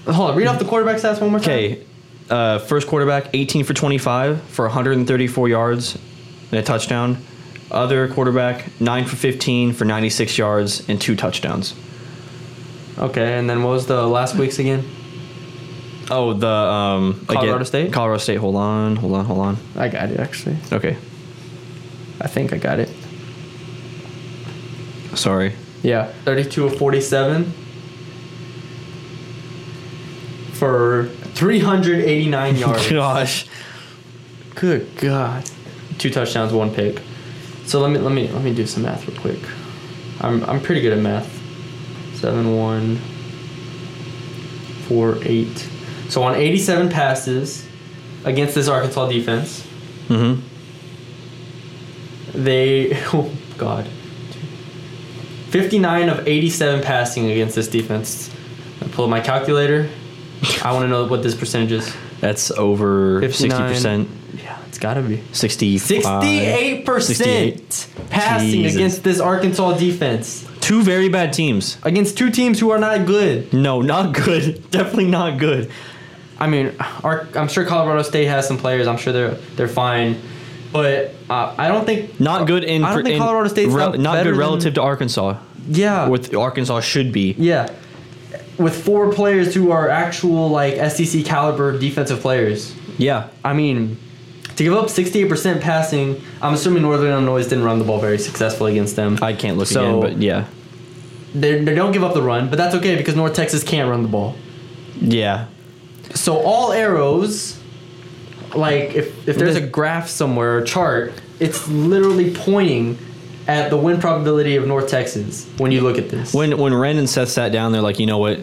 A: hold on, read off the quarterback stats one more time.
B: Okay, uh, first quarterback, 18 for 25 for 134 yards and a touchdown. Other quarterback, 9 for 15 for 96 yards and two touchdowns.
A: Okay, and then what was the last week's again?
B: Oh, the. Um,
A: Colorado State?
B: Colorado State. Hold on, hold on, hold on.
A: I got it actually.
B: Okay,
A: I think I got it.
B: sorry.
A: Yeah, 32 of 47 for 389 *laughs*
B: *laughs*
A: yards.
B: Gosh.
A: Good God. Two touchdowns, one pick. So let me let me let me do some math real quick. I'm I'm pretty good at math. Seven one four eight. So on 87 passes against this Arkansas defense,
B: Mm
A: they *laughs* oh god 59 of 87 passing against this defense i pull up my calculator i want to know what this percentage is
B: hmm. That's over
A: 59.
B: 60%.
A: yeah it's gotta be
B: 60.
A: 68 percent
B: 68.
A: passing
B: Jesus.
A: against this arkansas defense
B: Two very bad teams.
A: against two teams who are not good
B: No, not good. *laughs* Definitely not good.
A: i mean Ar- i'm sure colorado state has some players i'm sure they're they're fine but uh, i don't think
B: Not good in.
A: i don't think
B: in
A: colorado state's
B: rel-
A: not,
B: not
A: better
B: good
A: than-
B: relative to Arkansas.
A: yeah
B: What Arkansas should be.
A: Yeah. With four players who are actual like SEC caliber defensive players.
B: Yeah.
A: I mean, to give up 68% passing, I'm assuming Northern Illinois didn't run the ball very successfully against them.
B: I can't look
A: So-
B: again, but yeah.
A: They, they don't give up the run, but that's okay because North Texas can't run the ball.
B: Yeah.
A: So all arrows, like if, if there's a graph somewhere or chart, it's literally pointing at the win probability of North Texas when you look at this.
B: When when Ren and Seth sat down, they're like, you know what?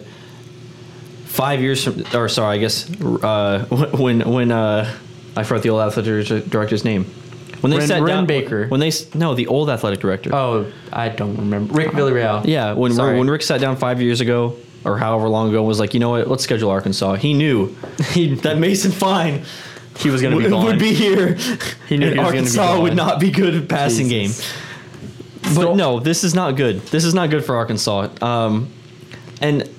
B: Five years from, or sorry, I guess uh, *laughs* when when uh, I forgot the old athletic dir- director's name. When they
A: Ren-
B: sat
A: Ren
B: down,
A: Baker.
B: When they s- no, the old athletic director.
A: oh, I don't remember. Rick Villarreal.
B: Uh, Yeah, when
A: Sorry.
B: when Rick sat down five years ago or however long ago, and was like, you know what? Let's schedule Arkansas.
A: *laughs*
B: He knew that Mason Fine
A: he was going to be
B: w-
A: gone.
B: would be here.
A: He knew he was
B: and
A: gonna be
B: Arkansas would
A: gone.
B: not be good at passing
A: Jesus.
B: game. But no, this is not good. This is not good for Arkansas. Um, and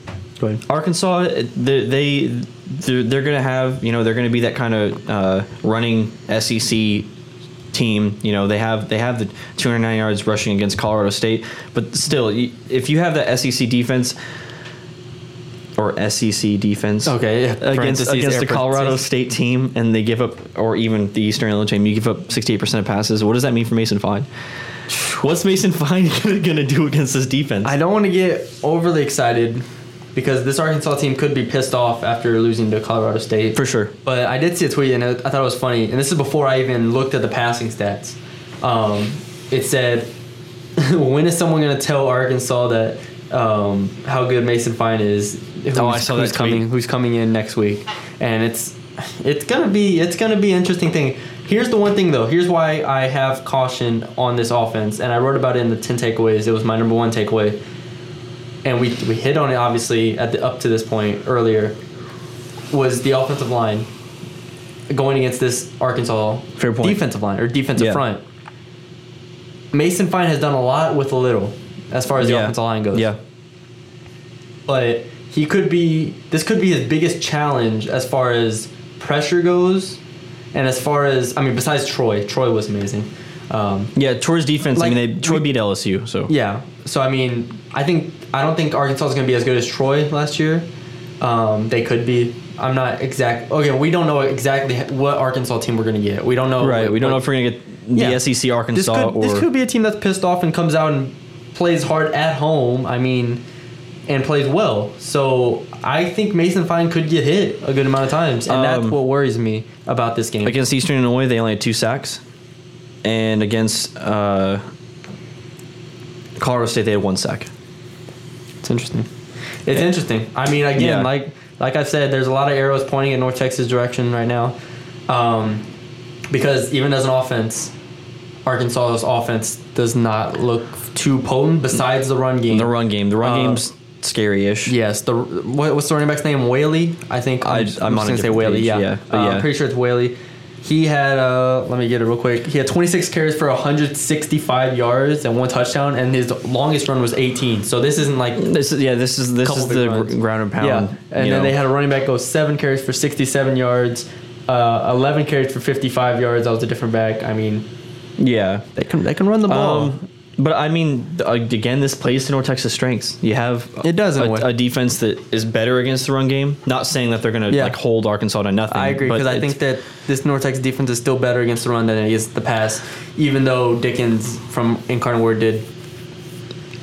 A: Go ahead.
B: Arkansas, they, they they're, they're going to have you know they're going to be that kind of uh, running SEC team. You know they have they have the 209 yards rushing against Colorado State, but still, y- if you have that SEC defense or SEC defense,
A: Okay, yeah,
B: against
A: parentheses,
B: against
A: air
B: the Colorado
A: parentheses.
B: State team, and they give up, or even the Eastern Illinois team, you give up 68 percent of passes. What does that mean for Mason Fine?
A: *sighs*
B: What's Mason Fine *laughs* going to do against this defense?
A: I don't want to get overly excited because this Arkansas team could be pissed off after losing to Colorado State.
B: For sure.
A: But I did see a tweet and I I thought it was funny. And this is before I even looked at the passing *laughs* stats. Um, it said, When is someone going to tell Arkansas that um, how good Mason Fine is. Who's,
B: Oh, I saw that
A: who's coming
B: tweet.
A: who's coming in next week, and it's it's gonna be it's gonna be an interesting thing. Here's the one thing though. Here's why I have caution on this offense, and I wrote about it in the ten takeaways. It was my number one takeaway, and we we hit on it obviously at the up to this point earlier. Was the offensive line going against this Arkansas
B: Fair point.
A: defensive line or defensive
B: Yeah.
A: front? Mason Fine has done a lot with a little, as far as the
B: yeah.
A: offensive line goes
B: Yeah.
A: but he could be this could be his biggest challenge as far as pressure goes and as far as i mean besides troy troy was amazing um,
B: Yeah, Troy's defense.
A: Like,
B: I mean, they Troy
A: we-
B: beat LSU, so
A: yeah so i mean i think i don't think arkansas is going to be as good as troy last year um, they could be i'm not exact okay we don't know exactly what arkansas team we're going to get we don't know
B: right.
A: what-
B: We don't know
A: what-
B: if we're gonna get the
A: Yeah.
B: SEC
A: this
B: Arkansas
A: could,
B: or
A: this could be a team that's pissed off and comes out and plays hard at home. I mean, and plays well. So I think Mason Fine could get hit a good amount of times, and that's
B: Um,
A: what worries me about this game.
B: against Eastern Illinois. They only had two sacks, and against uh, Colorado State, they had one sack.
A: It's interesting. It's interesting. I mean, again,
B: Yeah.
A: like like I said, there's a lot of arrows pointing in North Texas direction right now, um, because even as an offense, Arkansas's offense does not look too potent besides the run game.
B: The run game. The run
A: Uh,
B: game's scary-ish.
A: Yes, the what, what's the running back's name? Whaley, I think.
B: I-
A: I'm,
B: I'm
A: just
B: on a
A: gonna say
B: different
A: Whaley.
B: page,
A: Yeah,
B: yeah, but
A: Uh,
B: yeah.
A: I'm pretty sure it's Whaley. He had uh, let me get it real quick. He had 26 carries for 165 yards and one touchdown, and his longest run was 18. So this isn't like
B: This is yeah. This is this
A: Couple
B: is
A: big
B: the
A: runs.
B: gr- ground and pound.
A: yeah. And
B: you
A: then
B: know.
A: they had a running back go seven carries for 67 yards, uh, 11 carries for 55 yards. That was a different back. I mean,
B: yeah.
A: they can they can run the ball.
B: Um, but I mean, th- again, this plays to North Texas' strengths. You have
A: It does in a way.
B: a, a defense that is better against the run game. Not saying that they're going to
A: Yeah.
B: like hold Arkansas to nothing.
A: I agree
B: but
A: because I
B: it's-
A: think that this North Texas defense is still better against the run than it is the pass. Even though Dickens from Incarnate Word did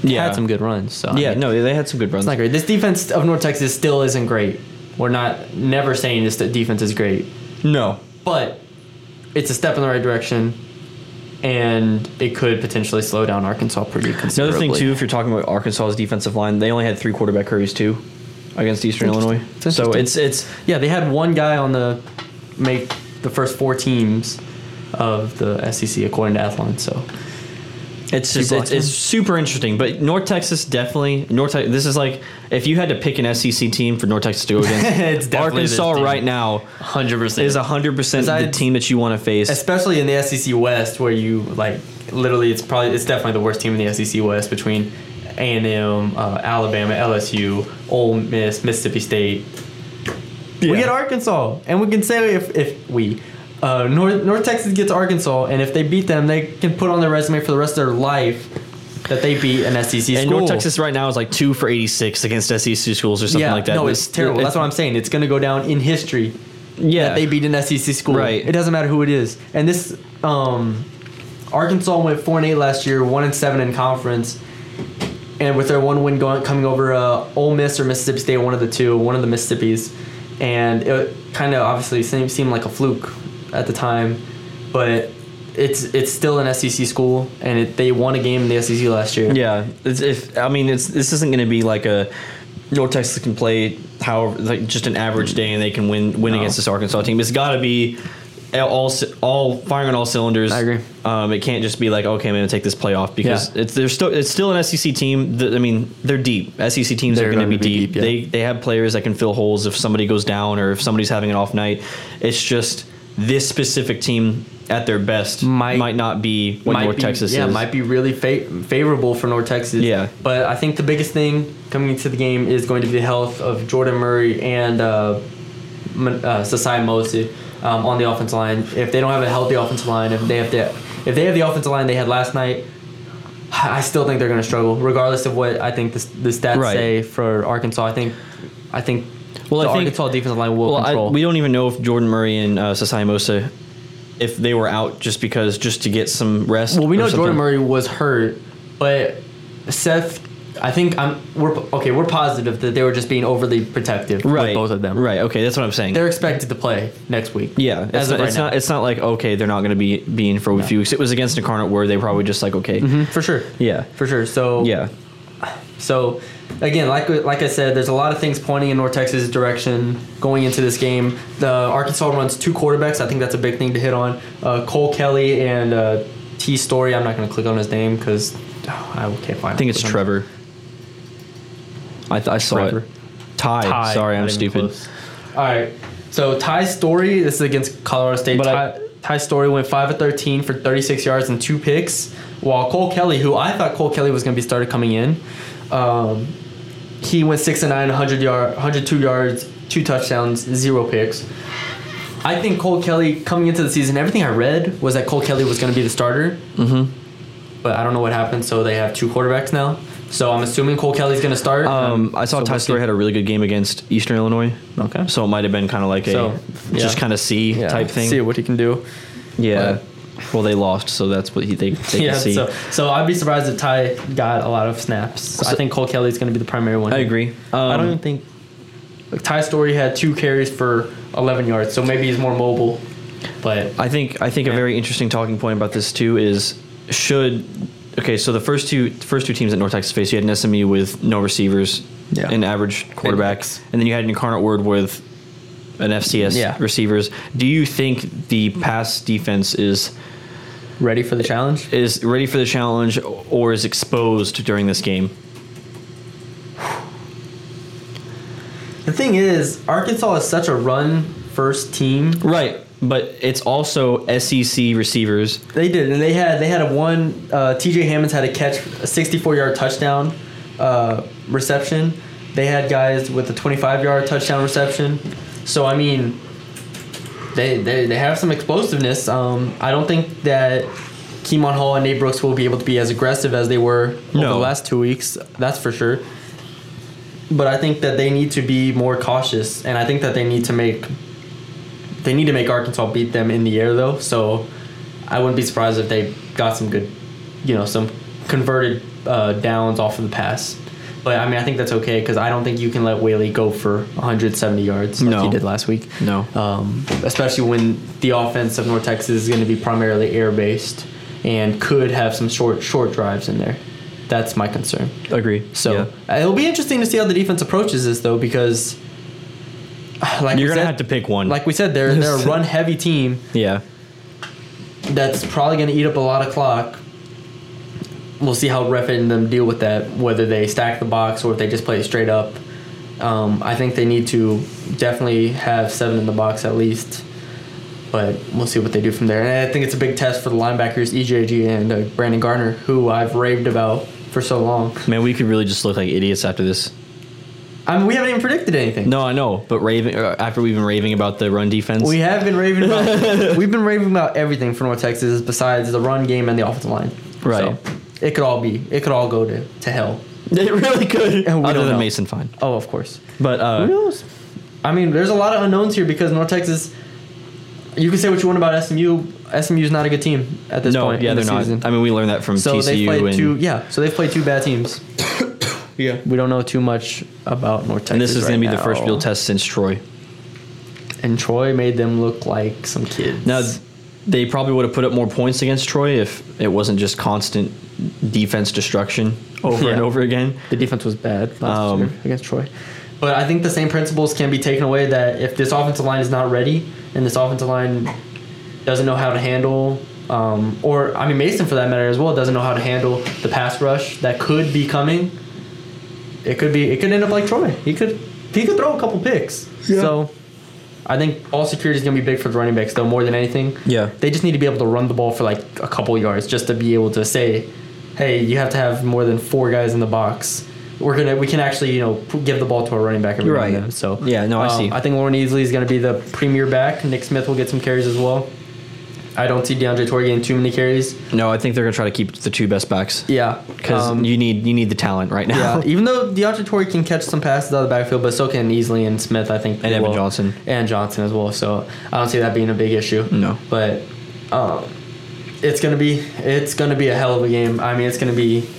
B: yeah,
A: had some good runs, so I
B: Yeah,
A: mean,
B: no, they had some good runs.
A: it's not great. This defense of North Texas still isn't great. We're not never saying this defense is great,
B: no,
A: but it's a step in the right direction, and it could potentially slow down Arkansas pretty
B: another
A: considerably.
B: thing too, if you're talking about Arkansas's defensive line, they only had three quarterback hurries too against Eastern Illinois.
A: It's interesting.
B: so it's it's
A: yeah, they had one guy on the make the first four teams of the SEC according to Athlon. So
B: It's just
A: People
B: it's,
A: like
B: it's
A: him.
B: super interesting, but North Texas definitely North. Tex- This is like if you had to pick an SEC team for
A: *laughs*
B: North Texas to go
A: It's
B: against,
A: definitely this
B: Arkansas
A: team.
B: right now
A: hundred percent
B: is hundred percent the
A: Besides-
B: team that you want to face.
A: especially in the SEC West, where you like literally, it's probably it's definitely the worst team in the SEC West between A and M, uh, Alabama, LSU, Ole Miss, Mississippi State. We
B: Yeah.
A: get Arkansas, and we can say if if we. Uh, North, North Texas gets Arkansas, and if they beat them, they can put on their resume for the rest of their life that they beat an SEC
B: And
A: school.
B: North Texas right now is like two for eighty six against SEC schools or something
A: yeah,
B: like that.
A: no, it's terrible. That's what I'm saying. It's going to go down in history
B: yeah.
A: that they beat an SEC school.
B: Right.
A: It doesn't matter who it is. And this um, Arkansas went four and eight last year, one and seven in conference, and with their one win going coming over uh, Ole Miss or Mississippi State, one of the two, one of the Mississippi's, and it kind of obviously seemed, seemed like a fluke at the time, but. It's it's still an SEC school, and it, they won a game in the SEC last year.
B: *laughs* Yeah, it's, if I mean, it's this isn't going to be like a North Texas can play however like just an average day and they can win win
A: No.
B: against this Arkansas team. It's got to be all c- all firing on all cylinders.
A: I agree.
B: Um, it can't just be like okay, I'm going to take this playoff because
A: Yeah.
B: it's they're still it's still an SEC team. That, I mean, they're deep. SEC teams
A: They're
B: are going to
A: gonna
B: be
A: be
B: deep.
A: deep, yeah.
B: They they have players that can fill holes if somebody goes down or if somebody's having an off night. It's just this specific team at their best might,
A: Might-
B: not be what North
A: be,
B: Texas
A: yeah,
B: is.
A: might be really fa- favorable for North Texas.
B: Yeah.
A: But I think the biggest thing coming into the game is going to be the health of Jordan Murray and uh, Mon- uh, Sasai Mosley um, on the offensive line. If they don't have a healthy offensive line, if they have to, if they have the offensive line they had last night, I still think they're going to struggle, regardless of what I think the, s- the stats
B: Right.
A: say for Arkansas. I think, I think.
B: Well,
A: the
B: I think-
A: Arkansas defensive line will
B: well, I,
A: control.
B: we don't even know if Jordan Murray and uh, Sasai Mosa, if they were out just because just to get some rest.
A: Well, we
B: or
A: know Jordan
B: something.
A: Murray was hurt, but Seth, I think I'm we're okay. We're positive that they were just being overly protective
B: right?
A: with both of them.
B: right? Okay, that's what I'm saying.
A: They're expected to play next week.
B: yeah, it's,
A: as
B: not,
A: of right
B: it's
A: now,
B: not. It's not like okay, they're not going to be be
A: Mm-hmm.
B: in for a few weeks. It was against Incarnate where they probably just like okay,
A: Mhm, for sure.
B: yeah,
A: for sure. So
B: yeah.
A: So, again, like like I said, there's a lot of things pointing in North Texas' direction going into this game. The Arkansas runs two quarterbacks. I think that's a big thing to hit on. Uh, Cole Kelly and uh, T Story. I'm not going to click on his name because I can't find.
B: I think it's
A: him.
B: Trevor. I, th- I saw
A: Trevor.
B: it. Ty.
C: Ty,
B: Sorry,
C: not
B: I'm
C: even
B: stupid.
C: close.
A: All right. So Ty's story. This is against Colorado State.
B: But
A: Ty,
B: I-
A: Ty's story went five of thirteen for thirty six yards and two picks. While Cole Kelly, who I thought Cole Kelly was going to be started coming in, um, he went six and nine, hundred yard, hundred two yards, two touchdowns, zero picks. I think Cole Kelly coming into the season, everything I read was that Cole Kelly was going to be the starter. Mm-hmm. But I don't know what happened. So they have two quarterbacks now. So I'm assuming Cole Kelly's going to start.
B: Um, I saw
A: So
B: Ty
A: we'll see.
B: Story had a really good game against Eastern Illinois.
A: Okay.
B: So it might have been kind of like a
A: So,
B: just
A: yeah.
B: kind of see
A: Yeah,
B: type thing.
A: See what he can do.
B: yeah. Well, they lost, so that's what he, they, they
A: *laughs* yeah,
B: can see.
A: so so I'd be surprised if Ty got a lot of snaps. I
B: So-
A: think Cole Kelly's going to be the primary one.
B: I agree. Um,
A: I don't even think like, Ty Story had two carries for 11 yards, so maybe he's more mobile. But
B: I think I think a very interesting talking point about this too is should okay. So the first two first two teams that North Texas faced, you had an SMU with no receivers,
A: Yeah.
B: and average quarterbacks, and then you had an Incarnate Word with an FCS
A: Yeah.
B: receivers. Do you think the pass defense is
A: ready for the challenge?
B: is ready for the challenge or is exposed during this game?
A: The thing is, Arkansas is such a run first team.
B: Right, but it's also
A: E
B: SEC receivers.
A: They did, and they had they had a one. Uh, T.J. Hammonds had a catch, a 64-yard touchdown uh, reception. They had guys with a 25-yard touchdown reception. So I mean, they they, they have some explosiveness. Um, I don't think that Keemon Hall and Nate Brooks will be able to be as aggressive as they were over
B: No.
A: the last two weeks. That's for sure. But I think that they need to be more cautious, and I think that they need to make they need to make Arkansas beat them in the air though. So I wouldn't be surprised if they got some good, you know, some converted uh, downs off of the pass. But I mean, I think that's okay because I don't think you can let Whaley go for 170 yards like
B: No.
A: he did last week.
B: No.
A: Um, especially when the offense of North Texas is going to be primarily air based and could have some short short drives in there. That's my concern.
B: Agree.
A: So uh, it'll be interesting to see how the defense approaches this though because *sighs* uh, like
B: you're
A: we
B: gonna
A: said-
B: have to pick one.
A: like we said, they're they're a run heavy team
B: yeah,
A: that's probably going to eat up a lot of clock. We'll see how Ref and them deal with that, whether they stack the box or if they just play it straight up. Um, I think they need to definitely have seven in the box at least, but we'll see what they do from there. And I think it's a big test for the linebackers EJG and uh, Brandon Garner, who I've raved about for so long.
B: man, we could really just look like idiots after this.
A: I mean, we haven't even predicted anything.
B: No, I know, but raving uh, after we've been raving about the run defense. *laughs*
A: We have been raving *laughs* about we've been raving about everything for North Texas besides the run game and the offensive line.
B: Right.
A: it could all be it could all go to, to hell.
B: it really could.
A: And *laughs* we
B: Other
A: don't
B: than
A: know.
B: Mason Fine,
A: Oh, of course.
B: but uh,
A: Who knows? I mean, there's a lot of unknowns here because North Texas. You can say what you want about SMU. SMU's not a good team at this
B: no,
A: point.
B: yeah,
A: in
B: they're
A: the
B: not.
A: season.
B: I mean, we learned that from
A: so they
B: TCU
A: played
B: and
A: two. Yeah, so they've played two bad teams.
B: yeah.
A: We don't know too much about North Texas.
B: And this is going
A: right
B: to be the first
A: now.
B: real test since Troy.
A: And Troy made them look like some kids.
B: Now, they probably would have put up more points against Troy if it wasn't just constant defense destruction over and
A: Oh, Yeah.
B: over again.
A: The defense was bad last
B: Um,
A: year against Troy. But I think the same principles can be taken away that if this offensive line is not ready and this offensive line doesn't know how to handle, um, or I mean, Mason for that matter as well, doesn't know how to handle the pass rush that could be coming. It could be. It could end up like Troy. He could. He could throw a couple picks. So, I think ball security is going to be big for the running backs, though, more than anything.
B: Yeah.
A: They just need to be able to run the ball for like a couple yards, just to be able to say, "Hey, you have to have more than four guys in the box. We're gonna. We can actually, you know, p- give the ball to a running back every now and
B: Right.
A: then." So. um,
B: Yeah, no, I see.
A: I think Lauren Easley is going to be the premier back. Nick Smith will get some carries as well. I don't see DeAndre Torrey getting too many carries.
B: No, I think they're going to try to keep the two best backs
A: Yeah,
B: because
A: um,
B: you need you need the talent right now.
A: Yeah,
B: *laughs*
A: even though DeAndre Torrey can catch some passes out of the backfield, but so can Easley and Smith, I think.
B: And
A: as
B: Evan
A: well.
B: Johnson.
A: And Johnson as well. So I don't see that being a big issue.
B: No.
A: But um, it's gonna be it's gonna be a hell of a game. I mean, it's gonna be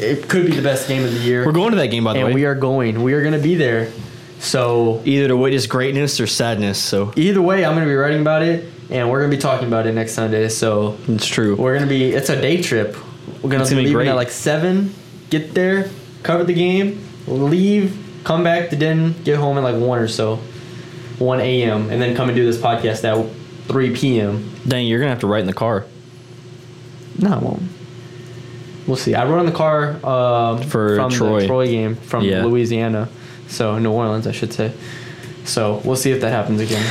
A: it could be the best game of the year.
B: We're going to that game by the
A: and
B: way.
A: we are going. We are gonna be there. So
B: either to witness greatness or sadness. So
A: either way, I'm gonna be writing about it, and we're gonna be talking about it next Sunday. So
B: it's true.
A: we're gonna be. It's a day trip. We're gonna,
B: It's gonna be
A: be leaving
B: great.
A: at like seven. Get there, cover the game, leave, come back to Denton, get home at like one or so, one a.m., and then come and do this podcast at three p.m.
B: Dang, you're gonna have to write in the car
A: No, I won't. We'll see. I rode in the car um,
B: For
A: from
B: Troy.
A: the Troy game from
B: Yeah.
A: Louisiana, so New Orleans, I should say. So we'll see if that happens again.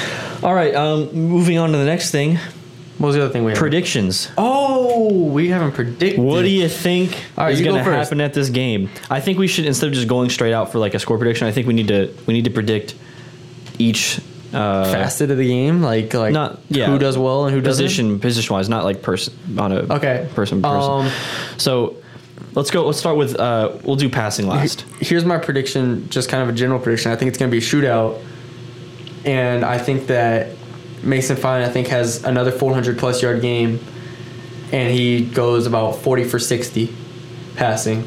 B: all right um moving on to the next thing
A: What was the other thing we had?
B: predictions
A: oh, we haven't predicted.
B: what do you think
A: All right,
B: is
A: you go
B: going to
A: first.
B: happen at this game? I think we should instead of just going straight out for like a score prediction. I think we need to we need to predict each uh,
A: facet of the game, like like
B: Not- yeah.
A: who does well and who doesn't.
B: position position wise, not like person on a
A: Okay.
B: person person.
A: Um,
B: so let's go. Let's start with uh, we'll do passing
A: *laughs*
B: last.
A: Here's my prediction, just kind of a general prediction. I think it's going to be a shootout, and I think that Mason Fine I think has another 400 plus yard game, and he goes about 40 for 60 passing,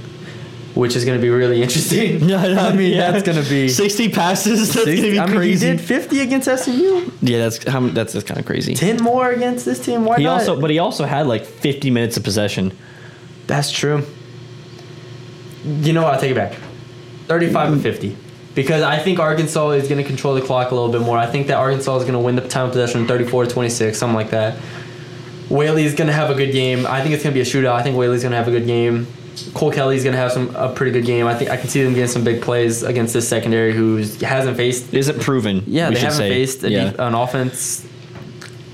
A: which is going to be really interesting. I mean
B: *laughs* yeah.
A: that's going to be.
B: *laughs* sixty passes. That's gonna be
A: I mean,
B: crazy.
A: he did 50 against SMU.
B: Yeah, that's how many- that's, that's kind of crazy.
A: 10 more against this team. Why
B: He
A: not?
B: also but he also had like fifty minutes of possession.
A: That's true. You know what? I'll take it back. 35 and 50. Because I think Arkansas is going to control the clock a little bit more. I think that Arkansas is going to win the time of possession 34 to 26, something like that. Whaley's going to have a good game. I think it's going to be a shootout. I think Whaley's going to have a good game. Cole Kelly's going to have some a pretty good game. I think I can see them getting some big plays against this secondary who hasn't faced
B: Isn't proven.
A: yeah,
B: we
A: they
B: should
A: haven't
B: say.
A: faced a
B: Yeah.
A: def- an offense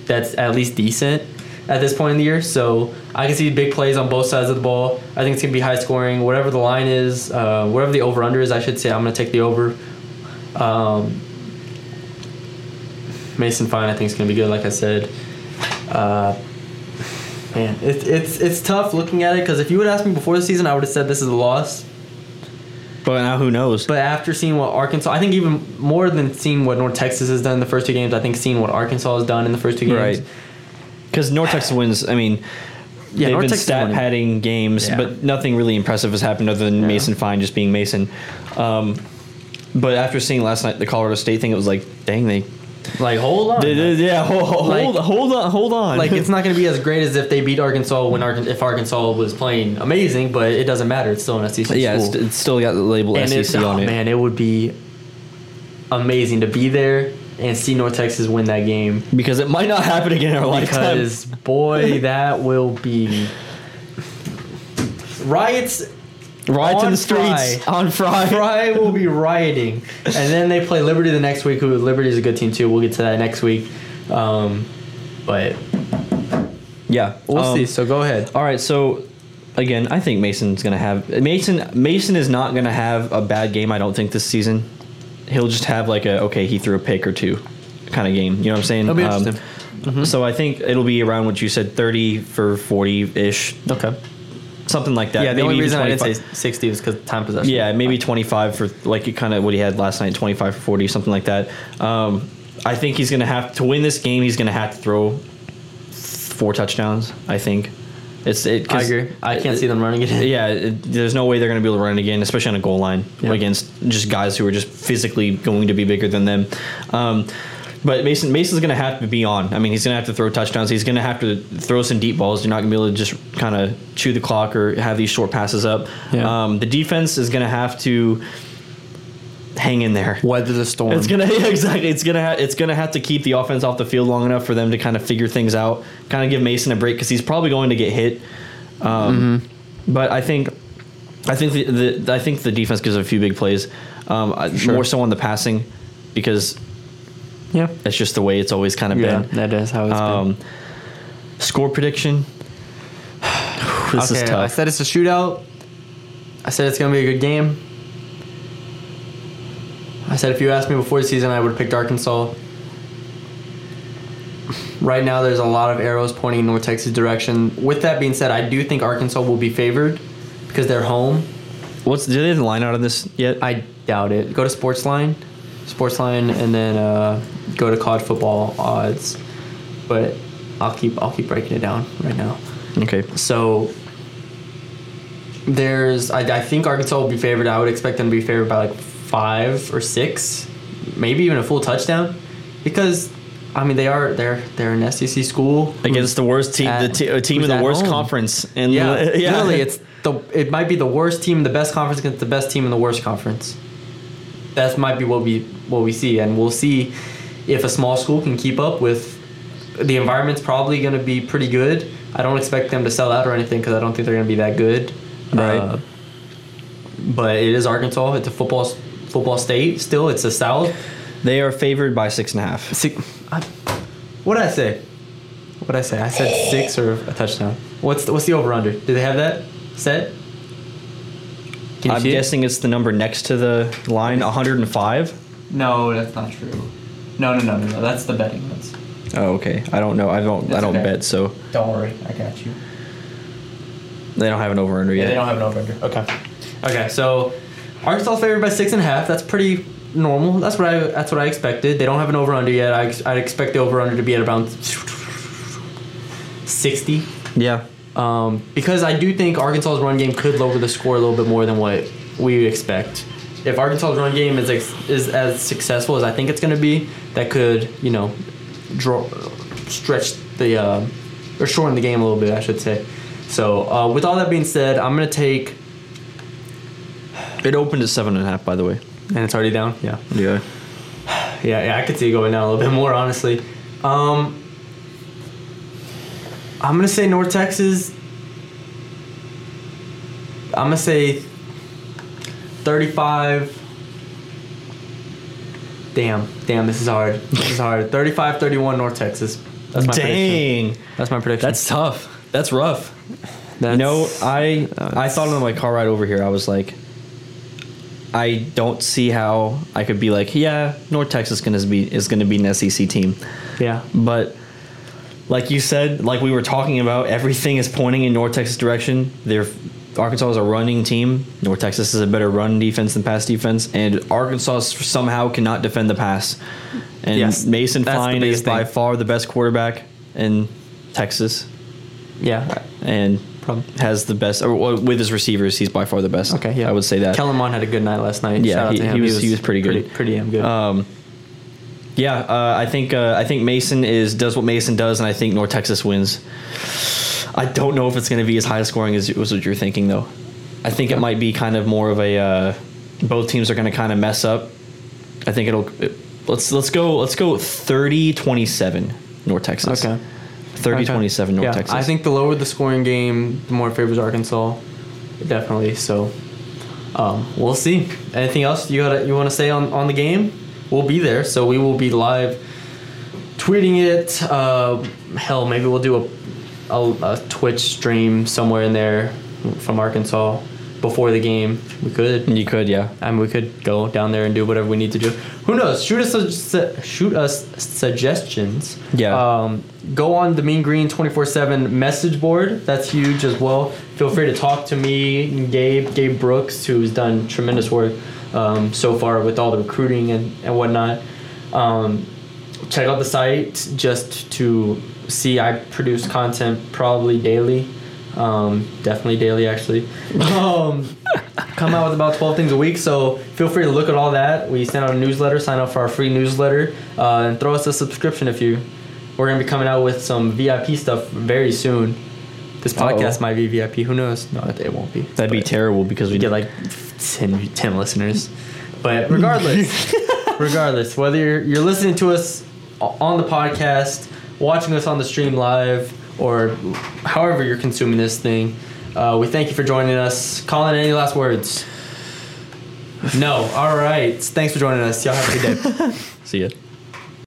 A: that's at least decent at this point in the year. So I can see big plays on both sides of the ball. I think it's gonna be high scoring. Whatever the line is, uh, whatever the over under is, I should say, I'm gonna take the over. Um, Mason Fine, I think is gonna be good. Like I said, uh, man, it's it's it's tough looking at it because if you would ask me before the season, I would have said this is a loss.
B: but now who knows?
A: But after seeing what Arkansas, I think even more than seeing what North Texas has done in the first two games, I think seeing what Arkansas has done in the first two games.
B: Right.
A: *sighs*
B: Because Nortex wins. I mean,
A: Yeah,
B: they've
A: North
B: been
A: Texas
B: stat
A: winning.
B: padding games,
A: Yeah.
B: but nothing really impressive has happened other than
A: Yeah.
B: Mason Fine just being Mason. Um, but after seeing last night the Colorado State thing, it was like, dang, they,
A: Like, hold on.
B: they- they- yeah, *laughs* hold, hold,
A: Like-
B: hold on, hold on. *laughs*
A: like it's not going to be as great as if they beat Arkansas when Arkan if Arkansas was playing amazing, but it doesn't matter. It's still an SEC
B: yeah, it's,
A: school.
B: it's still got the label
A: and it's,
B: SEC
A: oh,
B: on it.
A: man, it would be amazing to be there and see North Texas win that game
B: Because it might not happen again in our lifetime.
A: because boy, that will
B: *laughs*
A: be riots
B: Riots in
A: on
B: the streets
A: Fry. *laughs*
B: on Friday.
A: Fry will be rioting, and then they play Liberty the next week. Who Liberty is a good team too. We'll get to that next week, um, but
B: Yeah,
A: we'll
B: um,
A: see. So go ahead.
B: All right, so again, I think Mason's gonna have Mason. Mason is not gonna have a bad game. I don't think this season. He'll just have like a okay, he threw a pick or two, kind of game. You know what I'm saying? Um,
A: It'll be interesting. Mm-hmm.
B: So I think it'll be around what you said, thirty for forty ish,
A: Okay.
B: something like that.
A: Yeah. The only
B: even
A: reason I didn't
B: 25
A: say sixty was because time possession.
B: yeah, maybe 25 for like it kind of what he had last night, 25 for 40, something like that. Um, I think he's going to have to win this game. He's going to have to throw four touchdowns. I think it's it.
A: I
B: 'cause-
A: agree. I can't see them running it. in.
B: Yeah, it, there's no way they're going to be able to run it again, especially on a goal line
A: Yeah.
B: against just guys who are just physically going to be bigger than them. Um, but Mason Mason's going to have to be on. I mean, he's going to have to throw touchdowns. He's going to have to throw some deep balls. You're not going to be able to just kind of chew the clock or have these short passes up.
A: Yeah.
B: Um, the defense is going to have to hang in there.
A: Weather the storm.
B: It's gonna *laughs* yeah, exactly. It's gonna ha- it's gonna have to keep the offense off the field long enough for them to kind of figure things out. Kind of give Mason a break because he's probably going to get hit. Um,
A: Mm-hmm.
B: But I think, I think the, the I think the defense gives a few big plays, um, I-
A: Sure.
B: more so on the passing, because
A: yeah.
B: that's just the way it's always kind of
A: Yeah.
B: been.
A: That is how it's
B: Um, score prediction. *sighs*
A: been.
B: this is
A: Okay, I
B: tough.
A: said it's a shootout. I said it's gonna be a good game. I said if you asked me before the season, I would have picked Arkansas. Right now, there's a lot of arrows pointing in North Texas direction. With that being said, I do think Arkansas will be favored because they're home.
B: What's do they have the line out on this yet?
A: I doubt it. Go to Sportsline, Sportsline, and then uh, go to college football odds. But I'll keep I'll keep breaking it down right now.
B: okay.
A: So there's I, I think Arkansas will be favored. I would expect them to be favored by like five or six, maybe even a full touchdown, because I mean they are they're they're an SEC school
B: Against the worst team,
A: at-
B: the te- a team
A: who's
B: in the
A: at
B: worst
A: home?
B: conference, and *laughs*
A: yeah, literally it's the it might be the worst team in the best conference against the best team in the worst conference. That might be what we what we see, and we'll see if a small school can keep up with. The environment's probably going to be pretty good. I don't expect them to sell out or anything because I don't think they're going to be that good.
B: Right.
A: Uh, but it is Arkansas. It's a football football state. Still, it's the South.
B: They are favored by six and a half.
A: Six, I, what did I say? What did I say? I said six or a touchdown. What's the, what's the over under? Do they have that set? Can you
B: I'm
A: see it?
B: guessing it's the number next to the line, 105.
C: No, that's not true. No, no, no, no, no. That's the betting odds.
B: Oh, okay. I don't know. I don't. I
C: That's
B: don't
C: okay.
B: bet, so
C: Don't worry, I got you.
B: they don't have an over under
C: Yeah,
B: yet.
C: they don't have an over under.
A: Okay. Okay. So Arkansas favored by six and a half. That's pretty normal. That's what I that's what I expected. They don't have an over under yet. I, ex- I'd expect the over under to be at around sixty.
B: yeah.
A: um, because I do think Arkansas's run game could lower the score a little bit more than what we expect. If Arkansas's run game is ex- is as successful as I think it's going to be, that could you know draw stretch the uh, or shorten the game a little bit, I should say. So uh, with all that being said, I'm going to take
B: It opened at seven and a half, by the way.
A: and it's already down. Yeah,
B: Yeah.
A: yeah, yeah. I could see it going down a little bit more, honestly. Um, I'm going to say North Texas. I'm gonna say 35. Damn, damn, this is hard. This is
B: *laughs*
A: hard. 35 31 North Texas. That's my prediction.
B: Dang.
A: That's my prediction.
B: That's tough. That's rough.
A: That's-
B: no, I I
A: that's-
B: thought on my car ride over here, I was like, I don't see how I could be like, yeah, North Texas gonna be is gonna be an SEC team,
A: yeah.
B: but like you said, like we were talking about, everything is pointing in North Texas direction. They're Arkansas is a running team. North Texas is a better run defense than pass defense, and Arkansas somehow cannot defend the pass. And
A: Yes,
B: Mason
A: that's the
B: Fine is
A: biggest
B: by
A: thing.
B: far the best quarterback in Texas,
A: Yeah.
B: and
A: Prob-
B: has the best or well, with his receivers. He's by far the best.
A: Okay, yeah.
B: I would say that.
A: Kellen Mond had a good night last night.
B: Yeah,
A: Shout out
B: he-
A: to him.
B: he was- he was pretty good.
A: Pretty, damn good.
B: Um, yeah, uh, I think uh, I think Mason is does what Mason does, and I think North Texas wins. I don't know if it's going to be as high scoring as was what you're thinking, though. I think it might be kind of more of a uh, both teams are going to kind of mess up. I think it'll it, let's let's go let's go 30-27 North Texas.
A: Okay.
B: 30-27 North
A: yeah,
B: Texas.
A: I think the lower the scoring game, the more it favors Arkansas, definitely. So um, we'll see. Anything else you gotta, you want to say on, on the game? We'll be there, so we will be live tweeting it. Uh, hell, maybe we'll do a, a, a Twitch stream somewhere in there from Arkansas before the game. We could.
B: you could, yeah.
A: I mean, we could go down there and do whatever we need to do. Who knows? Shoot us, su- shoot us suggestions.
B: Yeah.
A: Um, go on the Mean Green twenty four seven message board. That's huge as well. Feel free to talk to me, and Gabe, Gabe Brooks, who's done tremendous work um, so far with all the recruiting and and whatnot. Um, check out the site just to see. I produce content probably daily. Um, definitely daily, actually. Um, come out with about 12 things a week. So feel free to look at all that. We send out a newsletter. Sign up for our free newsletter uh, and throw us a subscription if you. We're gonna be coming out with some VIP stuff very soon. This podcast
B: Uh-oh.
A: might be VIP. Who knows? No, it won't be.
B: That'd be
A: But
B: terrible because we
A: We get like 10, 10 listeners. But regardless, regardless, whether you're, you're listening to us o- on the podcast, watching us on the stream live, or however you're consuming this thing, uh, we thank you for joining us. Colin, any last words? No. All right. Thanks for joining us. Y'all have a good day.
B: see it.